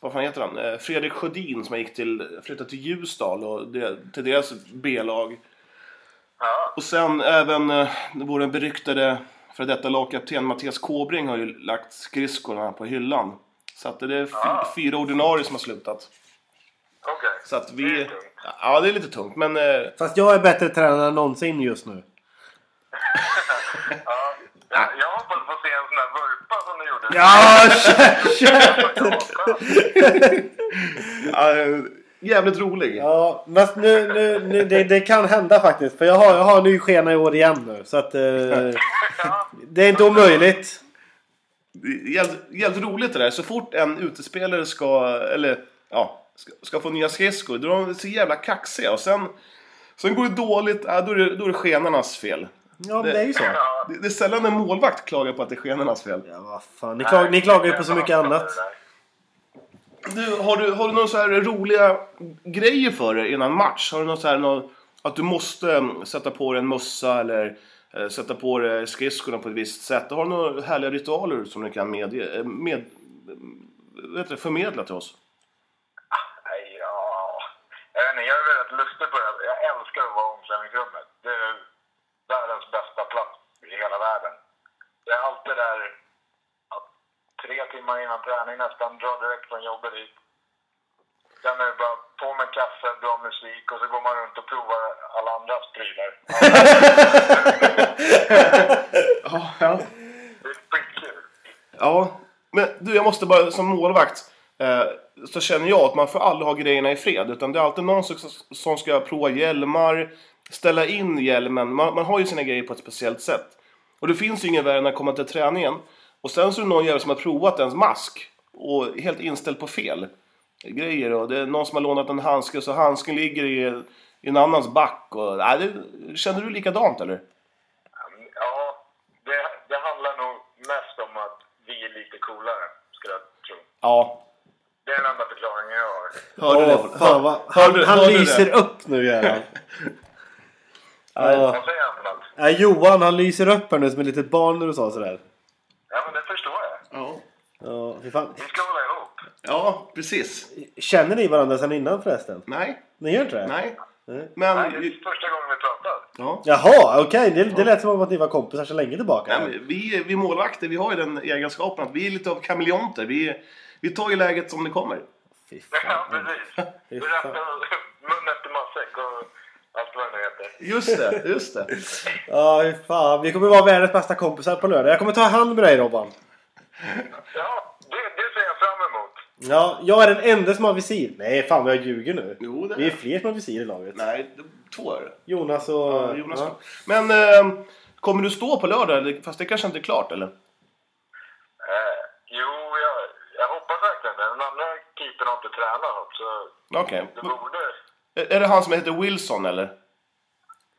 Speaker 2: vad fan heter han, eh, Fredrik Sjödin som gick till, flyttade till Ljusdal och det, till deras B-lag.
Speaker 7: Ja,
Speaker 2: Och sen även eh, vår beryktade före detta lagkapten Mattias Kåbring har ju lagt skridskorna på hyllan. Så att det är fy, fyra ordinarie som har slutat.
Speaker 7: okej.
Speaker 2: Så att
Speaker 7: Det är
Speaker 2: vi...
Speaker 7: tungt.
Speaker 2: Ja, det är lite tungt men... Eh,
Speaker 1: Fast jag är bättre tränare än någonsin just nu.
Speaker 7: Ja, jag, jag hoppas få se en sån där vurpa som du gjorde.
Speaker 1: Ja, käften!
Speaker 2: eh, jävligt rolig.
Speaker 1: Ja, men nu, nu, nu det, det kan hända faktiskt. För jag har, jag har en ny skena i år igen nu. Så att... Eh, det är inte omöjligt.
Speaker 2: Det är jävligt, jävligt roligt det där. Så fort en utespelare ska, eller ja, ska, ska få nya skridskor, då är de så jävla kaxiga. Och sen, sen går det dåligt, ja, då, är det, då är det skenarnas fel.
Speaker 1: Ja, men det är ju så.
Speaker 2: Det, det är sällan en målvakt klagar på att det är skenarnas fel.
Speaker 1: Ja, vad fan. Ni, klag, ni klagar ju på så mycket annat.
Speaker 2: Du, har, du, har du några så här roliga grejer för dig innan match? Har du något så här, någon, att du måste mm, sätta på dig en mössa eller eh, sätta på dig skridskorna på ett visst sätt? Har du några härliga ritualer som du kan medge, eh, med, eh, vet du, förmedla till oss?
Speaker 7: Nej, ja. Jag vet inte, jag är väldigt lustig på det. Jag älskar att vara i omklädningsrummet. Det är världens bästa plats i hela världen. Jag är alltid där ja, tre timmar innan träning nästan, drar direkt från jobbet dit. Sen är det bara på med kaffe, bra musik och så går man runt och provar alla andras prylar.
Speaker 2: Ja, ja.
Speaker 7: Det är skitkul.
Speaker 2: ja. Men du, jag måste bara som målvakt eh, så känner jag att man får aldrig ha grejerna i fred. Utan det är alltid någon som, som ska prova hjälmar, ställa in hjälmen. Man, man har ju sina grejer på ett speciellt sätt. Och det finns ju ingen värre än att komma till träningen och sen så är det någon jävel som har provat ens mask och är helt inställd på fel grejer. Och det är någon som har lånat en handske så handsken ligger i, i en annans back. Och, nej, det, känner du likadant eller?
Speaker 7: Ja, det, det handlar nog mest om att vi är lite coolare, skulle jag tro.
Speaker 2: Ja.
Speaker 7: Det är den enda förklaringen jag har.
Speaker 2: Hörde du
Speaker 1: Åh,
Speaker 2: det?
Speaker 1: fan, vad,
Speaker 2: Hör-
Speaker 1: han
Speaker 2: hörde-
Speaker 1: han
Speaker 2: hörde du
Speaker 1: lyser
Speaker 2: det?
Speaker 1: upp nu, Göran.
Speaker 7: Vad säger han för något?
Speaker 1: Ja, Johan, han lyser upp här nu som ett litet barn när du sa sådär.
Speaker 7: Ja, men det förstår jag.
Speaker 2: Ja.
Speaker 1: Ja, fy fan.
Speaker 7: Vi ska hålla ihop.
Speaker 2: Ja, precis.
Speaker 1: Känner ni varandra sedan innan förresten?
Speaker 2: Nej,
Speaker 1: Ni gör inte det?
Speaker 2: nej.
Speaker 1: Nej.
Speaker 7: Nej,
Speaker 2: Men,
Speaker 7: det är första gången vi pratar.
Speaker 2: ja.
Speaker 7: <laughs>
Speaker 1: Jaha, okej. Det, det lät som att ni var kompisar så länge tillbaka.
Speaker 2: Nej, men vi, vi målvakter, vi har ju den egenskapen att vi är lite av kameleonter. Vi, vi tar ju läget som det kommer.
Speaker 1: Fy
Speaker 7: Ja,
Speaker 1: fan.
Speaker 7: <laughs> precis. Du rättar mun efter matsäck och allt vad det nu heter.
Speaker 2: Just det, just det.
Speaker 1: Ja, fy fan. Vi kommer vara världens bästa kompisar på lördag. Jag kommer ta hand med dig Robban.
Speaker 7: Ja, det, det ser jag fram emot.
Speaker 1: Ja, jag är den enda som har visir. Nej, fan vad jag ljuger nu.
Speaker 2: <laughs> Jo, det är
Speaker 1: Vi är
Speaker 2: det.
Speaker 1: fler som har visir i laget.
Speaker 2: Nej, det- två är det.
Speaker 1: Jonas och...
Speaker 2: Ja, Jonas.
Speaker 1: ja.
Speaker 2: Men eh, kommer du stå på lördag? eller- Fast det kanske inte är klart, eller?
Speaker 7: Eh, jo, jag, jag hoppas verkligen det. Den andra keepern har inte tränat något, så
Speaker 2: Okej.
Speaker 7: det borde...
Speaker 2: Är är det han som heter Wilson, eller?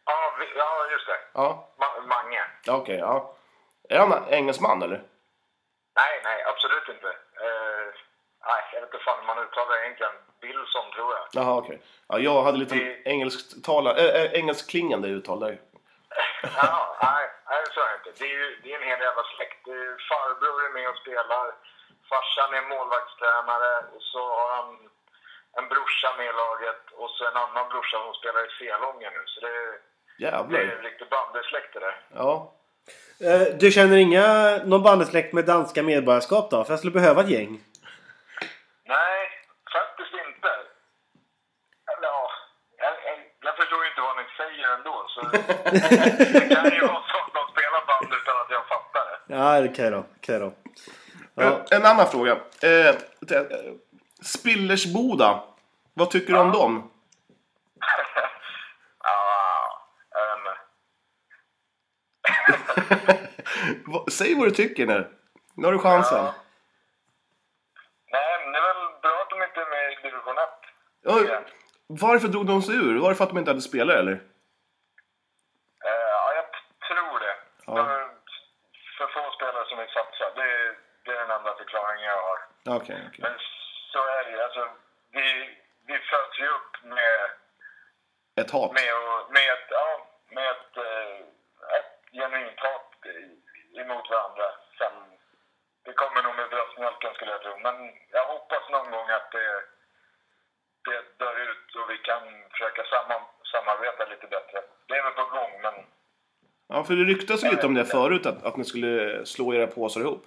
Speaker 7: Ja, vi, ja just det.
Speaker 2: Ja,
Speaker 7: Ma- Mange.
Speaker 2: Ja, okej. ja. Är han engelsman, eller?
Speaker 7: Nej, nej, absolut inte. Eh, nej, jag vet inte fan hur man uttalar det egentligen. Wilson, tror jag.
Speaker 2: Jaha, okej. Ja, jag hade lite
Speaker 7: Det-
Speaker 2: engelsktala, äh, äh, engelskklingande uttal där.
Speaker 7: Ja, nej, nej, så är det inte. Det är ju det är en hel jävla släkt. Det är ju farbror är med och spelar. Farsan är målvaktstränare och så har han en brorsa med i laget och så en annan brorsa som spelar i Selånga nu. Så det är, det är
Speaker 2: Jävlar.
Speaker 7: en riktig bandysläkt det där.
Speaker 2: Ja.
Speaker 1: Eh, Du känner inga, någon bandesläkt med danska medborgarskap då? För jag skulle behöva ett gäng.
Speaker 7: Nej, faktiskt inte. Eller ja, jag, jag, jag förstår ju inte vad ni säger ändå. Så det kan ju vara så att de spelar band utan att jag fattar det.
Speaker 1: Ja, det kan jag då. Kan jag då. Ja.
Speaker 2: En annan fråga. Eh, t- eh, Spillersboda. Vad tycker du om dem?
Speaker 7: Ja, ehm,
Speaker 2: Va- Säg vad du tycker nu. Nu har du chansen.
Speaker 7: Ja. nej, men det är väl bra att de inte är med i division 1.
Speaker 2: Oj, varför drog de sig ur? Var det för att de inte hade spelare eller?
Speaker 7: Eh, ja, jag t- tror det.
Speaker 2: Ja.
Speaker 7: Det är för få spelare som vill satsa. Det, är- det är den enda förklaringen jag har.
Speaker 2: Ja, Okej, okej.
Speaker 7: Men så är det ju. Alltså, vi, vi föds ju upp med
Speaker 2: Ett hat.
Speaker 7: med, och, med, ett, ja, med ett, eh, ett genuint hat i- emot varandra. Sen, det kommer nog med bröstmjölken skulle jag tro. Men jag hoppas någon gång att det, det dör ut och vi kan försöka samman, samarbeta lite bättre. Det är väl på gång, men
Speaker 2: Ja, för det ryktas ju lite om det förut, att, att ni skulle slå era påsar ihop.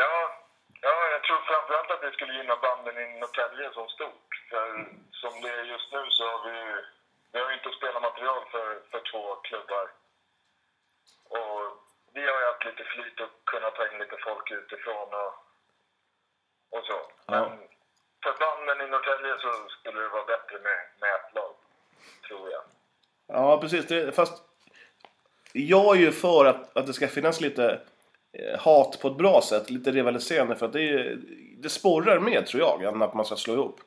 Speaker 7: ja, ja, jag tror framförallt att det skulle gynna banden i Norrtälje som stort. För som det är just nu så har vi ju vi har ju inte spelarmaterial för, för två klubbar. Och vi har ju haft lite flyt och kunnat ta in lite folk utifrån och, och så. Men för banden i Norrtälje så skulle det vara bättre med, med ett lag, tror jag.
Speaker 2: Ja, precis. Det, fast jag är ju för att, att det ska finnas lite eh, hat på ett bra sätt, lite rivaliserande. För att det, är- det sporrar mer, tror jag, än att man ska slå ihop.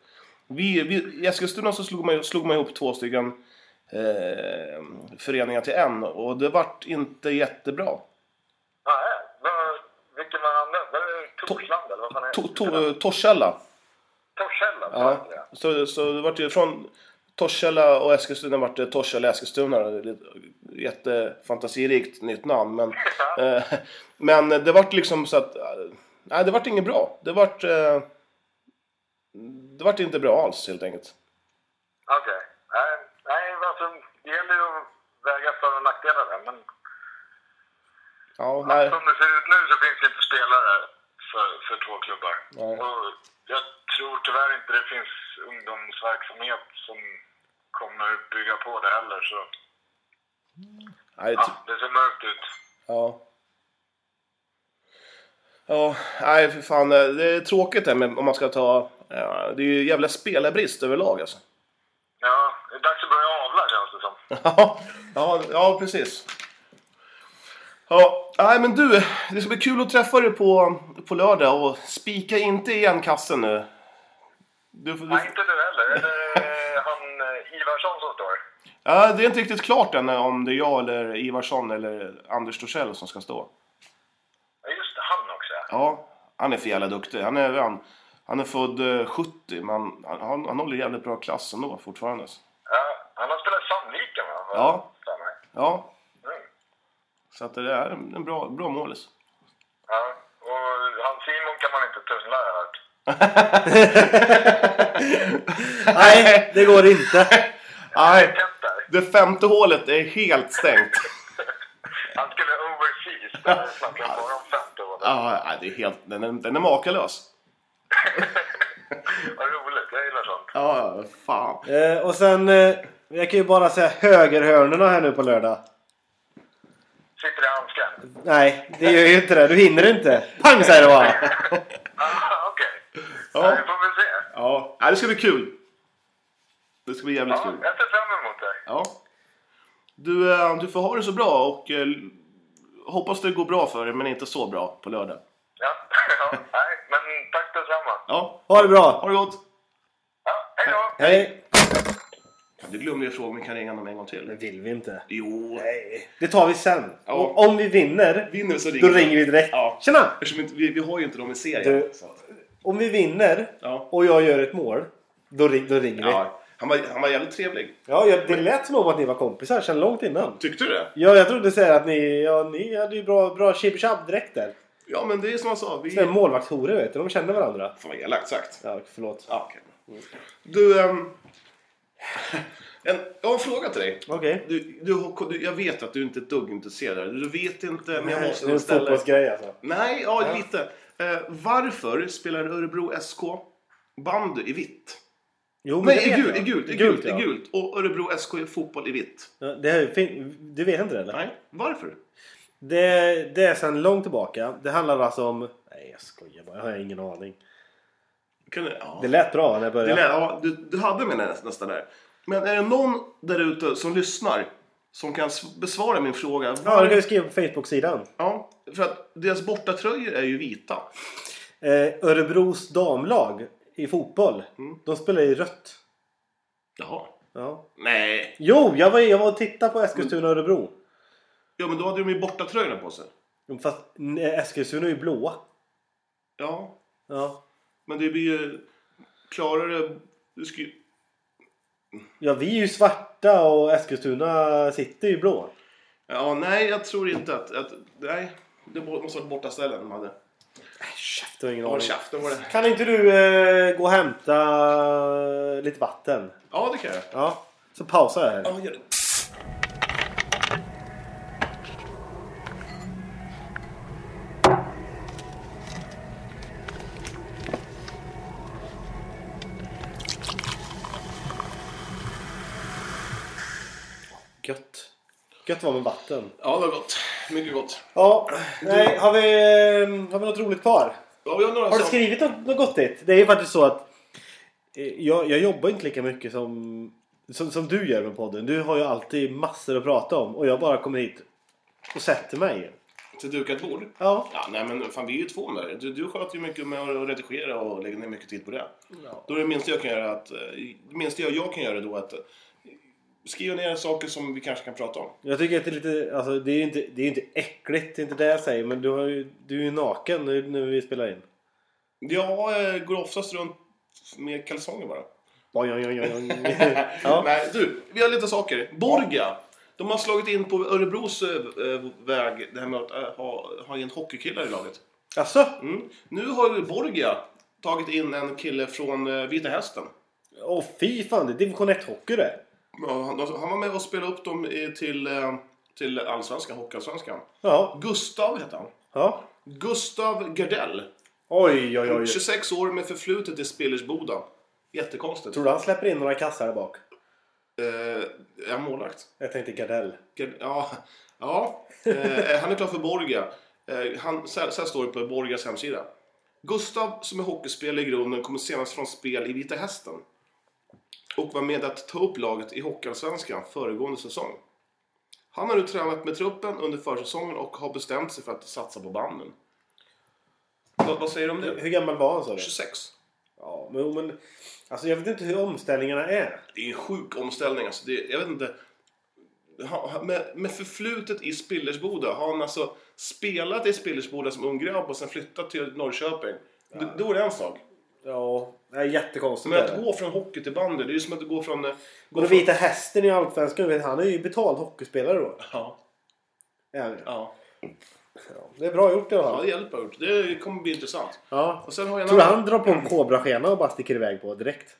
Speaker 2: Vi, vi, I Eskilstuna så slog man, ju- slog man ihop två stycken eh, föreningar till en och det vart inte jättebra.
Speaker 7: Nej, vad, vilken var han där? Var det Torsland eller vad fan
Speaker 2: To,
Speaker 7: heter
Speaker 2: to, Torshälla.
Speaker 7: Torshälla?
Speaker 2: Ja.
Speaker 7: tror jag.
Speaker 2: Så, så det vart ju från Torshälla och Eskilstuna vart det Torshälla Eskilstuna. Det är ett Jättefantasirikt nytt namn. Men, eh, men det vart liksom så att... eh, Nej, det vart inget bra. Det vart... Eh, det vart inte bra alls helt enkelt.
Speaker 7: Okej. Nej, Nej, alltså, det gäller ju att väga för och nackdelar där. Men
Speaker 2: Ja, nej.
Speaker 7: som det ser ut nu så finns det inte spelare för, för två klubbar.
Speaker 2: Nej.
Speaker 7: Och jag tror tyvärr inte det finns ungdomsverksamhet som kommer bygga på det heller. Så
Speaker 2: nej
Speaker 7: ja,
Speaker 2: t-
Speaker 7: det ser mörkt ut.
Speaker 2: ja. Ja, nej för fan. eh, Det är tråkigt det här med om man ska ta... Ja, det är ju jävla spelarbrist överlag alltså.
Speaker 7: Ja, det är dags att börja avla känns det som.
Speaker 2: Ja, ja, ja precis. Ja, nej men du, det ska bli kul att träffa dig på, på lördag och spika inte igen kassen nu. Du, får- du,
Speaker 7: Nej, inte du heller. Eller han eh, Ivarsson som står.
Speaker 2: ja, det är inte riktigt klart än eh, om det är jag eller Ivarsson eller Anders Torssell som ska stå.
Speaker 7: Ja, just det, han också.
Speaker 2: Ja, han är för jävla duktig. Han är, han, han är född eh, 70, men han, han, han håller jävligt bra klass ändå fortfarande.
Speaker 7: Ja, han har spelat i Sandviken va?
Speaker 2: Ja.
Speaker 7: Stämmer.
Speaker 2: Ja,
Speaker 7: Mm.
Speaker 2: så att det är en bra, bra målis.
Speaker 7: Ja, och han Simon kan man inte tunnla har jag hört.
Speaker 1: Nej, det går inte.
Speaker 2: Nej,
Speaker 7: Tätt där.
Speaker 2: det femte hålet är helt stängt.
Speaker 7: Han skulle
Speaker 2: <laughs>
Speaker 7: overseas. Där snackar vi bara om 15 år.
Speaker 2: Ja, nej, det är helt, den, är, den är makalös.
Speaker 7: Vad roligt, jag gillar sånt.
Speaker 2: Ja, fan.
Speaker 1: Eh, Och sen, eh, jag kan ju bara säga högerhörnorna här nu på lördag.
Speaker 7: Sitter i handsken?
Speaker 1: Nej, det gör ju inte det. Du hinner inte. Pang säger det bara. <laughs>
Speaker 7: Ah, Okej. Ja.
Speaker 2: Ja,
Speaker 7: Vi får väl se.
Speaker 2: ja. Nej, det ska bli kul. Det ska bli jävligt
Speaker 7: Ja,
Speaker 2: kul.
Speaker 7: jag ser fram emot det.
Speaker 2: Ja. Du, eh, du får ha det så bra och eh, hoppas det går bra för dig, men inte så bra på lördag.
Speaker 7: Ja, <laughs> ja, nej, men tack detsamma.
Speaker 2: Ja,
Speaker 1: Ha det bra.
Speaker 2: ha det gott!
Speaker 7: Ja, hej då!
Speaker 1: Hej.
Speaker 2: Du glömde ju fråga om vi kan ringa honom en gång
Speaker 1: Det
Speaker 2: till.
Speaker 1: vill vi inte.
Speaker 2: Jo.
Speaker 1: Nej. Det tar vi sen.
Speaker 2: Ja.
Speaker 1: Och om vi vinner,
Speaker 2: Vinner vi så ringer
Speaker 1: då ringer vi direkt.
Speaker 2: Ja.
Speaker 1: Tjena!
Speaker 2: Eftersom inte, vi, vi har ju inte dem i serien.
Speaker 1: Du, om vi vinner
Speaker 2: Ja.
Speaker 1: och jag gör ett mål, då, ring, då ringer vi. Ja,
Speaker 2: Ja. Han, var, han var jävligt trevlig.
Speaker 1: jag, det lät som om att ni var kompisar sedan långt innan.
Speaker 2: Tyckte du det?
Speaker 1: Ja, jag trodde säga att ni, ja, ni hade ju bra, bra chib direkt där.
Speaker 2: Ja, men det är som han sa. Vi...
Speaker 1: Sådana
Speaker 2: Fan
Speaker 1: här målvaktshorer vet du, de känner varandra.
Speaker 2: vad elakt sagt.
Speaker 1: Mm. Ja, förlåt.
Speaker 2: Ja, okej. Du, ehm, <laughs> En, jag har en fråga till dig.
Speaker 1: Okej.
Speaker 2: Du, du, har- du, jag vet att du inte är ett dugg intresserad av det. Du vet inte, men jag
Speaker 1: Nej,
Speaker 2: måste
Speaker 1: det är en
Speaker 2: ställa...
Speaker 1: fotbollsgrej alltså.
Speaker 2: Nej, ja,
Speaker 1: Ja.
Speaker 2: lite. Eh, varför spelar Örebro SK bandy i vitt?
Speaker 1: Jo, men det
Speaker 2: Nej, i
Speaker 1: vet
Speaker 2: gult, i
Speaker 1: jag.
Speaker 2: gult, i gult, i
Speaker 1: ja.
Speaker 2: gult. Och Örebro SK i fotboll i vitt.
Speaker 1: Ja, Det här, är fin- du vet inte det eller?
Speaker 2: Nej, varför?
Speaker 1: Det, det är sedan långt tillbaka. Det handlar alltså om... Nej, jag skojar bara. Jag har ingen aning.
Speaker 2: Kan du, ja.
Speaker 1: Det lät bra när jag
Speaker 2: Det
Speaker 1: började.
Speaker 2: lät- ja, du, du hade mig nä- nästan där. Men är det någon där ute som lyssnar som kan s- besvara min fråga?
Speaker 1: Ja,
Speaker 2: Var,
Speaker 1: det kan du skriva på Facebook-sidan.
Speaker 2: ja, för att deras bortatröjor är ju vita.
Speaker 1: Eh, Örebros damlag i fotboll.
Speaker 2: Mm.
Speaker 1: De spelar i rött.
Speaker 2: Jaha.
Speaker 1: Ja.
Speaker 2: Nej.
Speaker 1: Jo, jag var, jag var och tittade på
Speaker 2: Mm.
Speaker 1: Eskilstuna och Örebro.
Speaker 2: Ja, men då hade de ju bortatröjorna på sig.
Speaker 1: Fast nej, Eskilstuna är ju blåa.
Speaker 2: Ja,
Speaker 1: Ja.
Speaker 2: men det blir ju klarare... Du ska ju...
Speaker 1: ja, vi är ju svarta och Eskilstuna sitter ju blå.
Speaker 2: Äh, Ja, nej, jag tror inte att... att nej, det må- måste ha varit bortaställen de hade.
Speaker 1: Du har ingen
Speaker 2: Håll
Speaker 1: aning.
Speaker 2: käften var det.
Speaker 1: Kan inte du eh, gå och hämta lite vatten?
Speaker 2: Ja, det kan jag.
Speaker 1: Ja. Så pausar jag här.
Speaker 2: Ja, gör det.
Speaker 1: Gött. Gött var med vatten.
Speaker 2: Ja, det var gott. Mycket gott.
Speaker 1: Ja. Nej, har vi, eh, har vi något roligt kvar?
Speaker 2: Ja, vi har några
Speaker 1: Har du
Speaker 2: som-
Speaker 1: skrivit något, något gottigt? Det är ju faktiskt så att eh, jag, jag jobbar inte lika mycket som, som, som du gör med podden. Du har ju alltid massor att prata om och jag bara kommer hit och sätter mig.
Speaker 2: till dukat bord?
Speaker 1: Ja.
Speaker 2: Ja, nej men fan vi är ju två om det här. Du, du sköter ju mycket med att redigera och lägger ner mycket tid på det. Då är det minsta jag kan göra att, eh, det minsta jag, jag kan göra då att eh, skriva ner saker som vi kanske kan prata om.
Speaker 1: Jag tycker att det är lite, alltså det är ju inte, det är ju inte äckligt, det är inte det jag säger. Men du, har ju, du är ju naken nu när vi spelar in.
Speaker 2: Jag eh, går oftast runt med kalsonger bara.
Speaker 1: Oj, oj, oj, oj, oj. ja.
Speaker 2: Nej, du, vi har lite saker. Borga! De har slagit in på Örebros eh, väg det här med att eh, ha, ha in hockeykillar i laget.
Speaker 1: Alltså,
Speaker 2: Mm. Nu har ju Borga tagit in en kille från eh, Vita Hästen.
Speaker 1: Åh fy fan, det är division 1-hockey det.
Speaker 2: Ja, han, alltså, han var med och spelade upp dem i- till, eh, till allsvenskan, hockeyallsvenskan.
Speaker 1: Ja.
Speaker 2: Gustav heter han.
Speaker 1: ja.
Speaker 2: Gustav Gardell.
Speaker 1: Oj, oj, oj.
Speaker 2: 26 år med förflutet i Spillersboda. Jättekonstigt.
Speaker 1: Tror du han släpper in några kassar där bak?
Speaker 2: Eh, är han målvakt?
Speaker 1: Jag tänkte Gardell.
Speaker 2: Gard- Ja. ja. Eh, han är klar för Borga. Eh, han, så, här, så här står det på Borgas hemsida. Gustav, som är hockeyspelare i grunden, kommer senast från spel i Vita Hästen. Och var med att ta upp laget i Hockeyallsvenskan föregående säsong. Han har nu tränat med truppen under försäsongen och har bestämt sig för att satsa på banden. Vad, vad säger du om det?
Speaker 1: Hur gammal var han sa du?
Speaker 2: 26.
Speaker 1: Ja, men, men alltså jag vet inte hur omställningarna är.
Speaker 2: Det är en sjuk omställning. Alltså. Det, jag vet inte. Ha- ha- Med, med förflutet i Spillersboda. Har han alltså spelat i Spillersboda som ung grabb och sen flyttat till Norrköping. Då, då är det en sak.
Speaker 1: Ja, det är jättekonstigt.
Speaker 2: Men
Speaker 1: Men,
Speaker 2: att gå från hockey till bandy. Det är ju som att gå från... eh, Gå
Speaker 1: och den vita hästen i Allsvenskan, du vet, han är ju betald hockeyspelare då.
Speaker 2: Från, ja,
Speaker 1: Är han ju.
Speaker 2: ja.
Speaker 1: Det är bra gjort i alla
Speaker 2: ja,
Speaker 1: fall.
Speaker 2: det hjälper gjort. Det kommer bli intressant.
Speaker 1: Ja.
Speaker 2: Och sen har jag en
Speaker 1: Tror du
Speaker 2: annan-
Speaker 1: han drar på en kobraskenor och bara sticker iväg på direkt?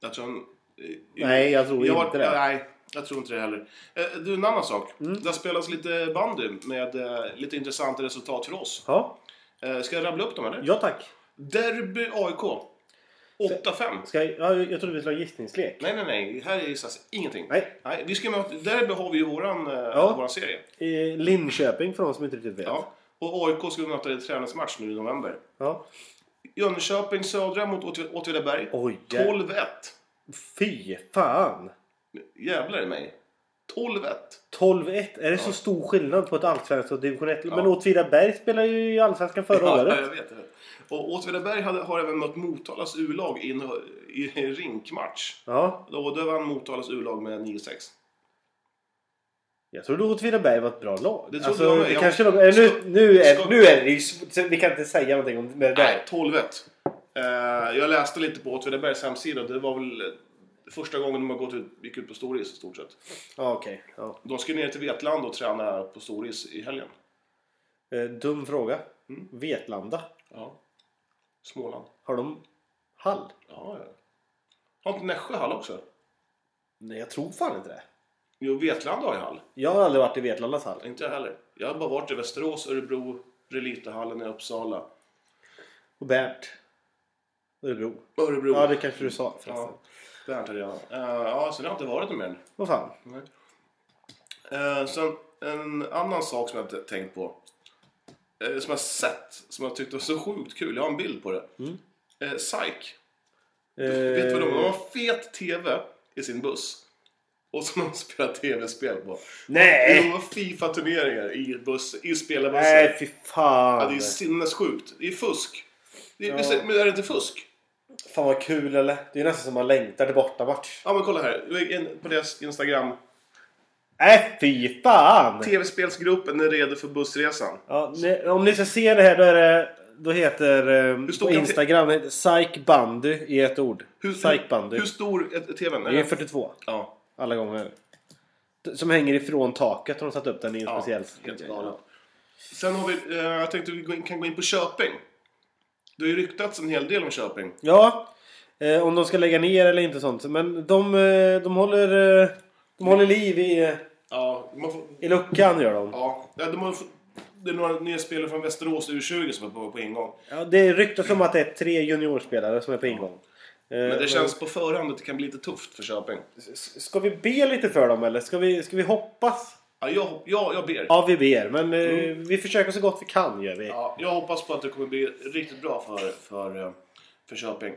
Speaker 2: Jag tror han... eh,
Speaker 1: Nej, jag tror inte det. Mm.
Speaker 2: Nej, jag tror inte det heller. Eh, Du, en annan sak. Det har spelats lite bandy med eh, lite intressanta resultat för oss.
Speaker 1: Ja,
Speaker 2: Eh, Ska jag rabbla upp dem eller?
Speaker 1: ja tack.
Speaker 2: Derby AIK. 8-5.
Speaker 1: Ska jag, ja, jag trodde vi skulle ha gissningslek.
Speaker 2: Nej, nej, nej. Här gissas ingenting.
Speaker 1: Nej.
Speaker 2: vi ska möta... Derby har vi ju våran, eh, våran serie.
Speaker 1: Eh, Linköping för de som inte riktigt vet.
Speaker 2: Ja. Och AIK ska vi möta i en träningsmatch nu i november.
Speaker 1: Ja.
Speaker 2: Jönköping Södra mot Åtvi- Åtvidaberg.
Speaker 1: Oj, jävlar.
Speaker 2: 12-1.
Speaker 1: Fy fan!
Speaker 2: Jävlar i mig. 12-1.
Speaker 1: 12-1, är det så stor skillnad på ett allsvenskt och division 1? Men
Speaker 2: Ja.
Speaker 1: Åtvidaberg spelade ju i allsvenskan förra
Speaker 2: Ja, jag
Speaker 1: året.
Speaker 2: vet det. Och Åtvidaberg hade- har även mött Motalas U-lag i en, i en rinkmatch.
Speaker 1: Ja,
Speaker 2: Då, då vann Motalas U-lag med 9-6.
Speaker 1: jag trodde Åtvidaberg var ett bra lag.
Speaker 2: Det trodde
Speaker 1: alltså,
Speaker 2: jag
Speaker 1: det
Speaker 2: med. Jag-
Speaker 1: kanske de, eh, nu, nu,
Speaker 2: Ska-
Speaker 1: är, nu är det ju sv- så Vi kan inte säga någonting om med det
Speaker 2: Nej,
Speaker 1: där.
Speaker 2: 12 eh, Jag läste lite på Åtvidabergs hemsida. Det var väl eh, första gången de har gått ut, gick ut på storis i stort sett.
Speaker 1: Ja, Ah, okej. Ja.
Speaker 2: De ska ner till Vetlanda och träna på storis i helgen.
Speaker 1: Eh, dum fråga.
Speaker 2: Mm.
Speaker 1: Vetlanda,
Speaker 2: Ja. Småland.
Speaker 1: har de hall?
Speaker 2: Ja, ja. Har inte Nässjö hall också?
Speaker 1: Nej, jag tror fan inte det.
Speaker 2: Jo, Vetlanda har ju hall.
Speaker 1: Jag har aldrig varit i Vetlandas hall.
Speaker 2: Inte jag heller. Jag har bara varit i Västerås, Örebro, Relitahallen i Uppsala.
Speaker 1: Och Bernt. Örebro.
Speaker 2: Örebro.
Speaker 1: Ja, det kanske du sa förresten.
Speaker 2: Ja, Bernt hade jag. Eh, ja, sen har jag inte varit någon mer.
Speaker 1: Vad fan.
Speaker 2: Eh, sen en annan sak som jag inte tänkt på. eh, som jag sett. Som jag tyckte var så sjukt kul. Jag har en bild på det.
Speaker 1: Mm.
Speaker 2: Eh, Psych.
Speaker 1: Eh,
Speaker 2: Vet du vad de har? De har fet TV i sin buss. Och som de spelar TV-spel på. De
Speaker 1: Nej!
Speaker 2: har FIFA-turneringar i, buss, i spelarbussen.
Speaker 1: Nej, fy
Speaker 2: Ja,
Speaker 1: fan.
Speaker 2: det är sinnessjukt. Det är fusk. Det är,
Speaker 1: Ja.
Speaker 2: Men är det inte fusk?
Speaker 1: Fan vad kul eller? Det är nästan som man längtar till bortamatch.
Speaker 2: Ja men kolla här. En- På deras Instagram.
Speaker 1: Nej, fy fan!
Speaker 2: TV-spelsgruppen är redo för bussresan.
Speaker 1: Ja, ni, om ni ska se det här då är det... Då heter... Eh,
Speaker 2: stor
Speaker 1: på
Speaker 2: kan-
Speaker 1: Instagram det heter Psych Bandy i ett ord.
Speaker 2: Hur,
Speaker 1: Psych Bandy.
Speaker 2: hur, hur stor är TVn? Är
Speaker 1: Det är
Speaker 2: den-
Speaker 1: 42
Speaker 2: Ja.
Speaker 1: alla gånger. Som hänger ifrån taket. Har de satt upp den i en
Speaker 2: ja
Speaker 1: speciell...
Speaker 2: helt galet. Sen har vi... Eh, jag tänkte vi gå in- kan gå in på Köping. Det har ju ryktats en hel del om Köping.
Speaker 1: Ja, eh, om de ska lägga ner eller inte sånt. Men de, eh, de håller... Eh, de håller liv i, eh,
Speaker 2: Ja, man får,
Speaker 1: i luckan gör de.
Speaker 2: ja ja, de har, det är några nya spelare från Västerås U20 som är på, på ingång.
Speaker 1: Ja, det ryktas om att det är tre juniorspelare som är på ingång. Eh,
Speaker 2: Men det känns på förhand att det kan bli lite tufft för Köping.
Speaker 1: S- Ska vi be lite för dem eller? Ska vi, ska vi hoppas?
Speaker 2: Ja, jag, hop- ja, jag ber.
Speaker 1: Ja, vi ber. Men eh, vi försöker så gott vi kan gör vi.
Speaker 2: Mm. Ja, jag hoppas på att det kommer bli riktigt bra för, för, eh, för Köping.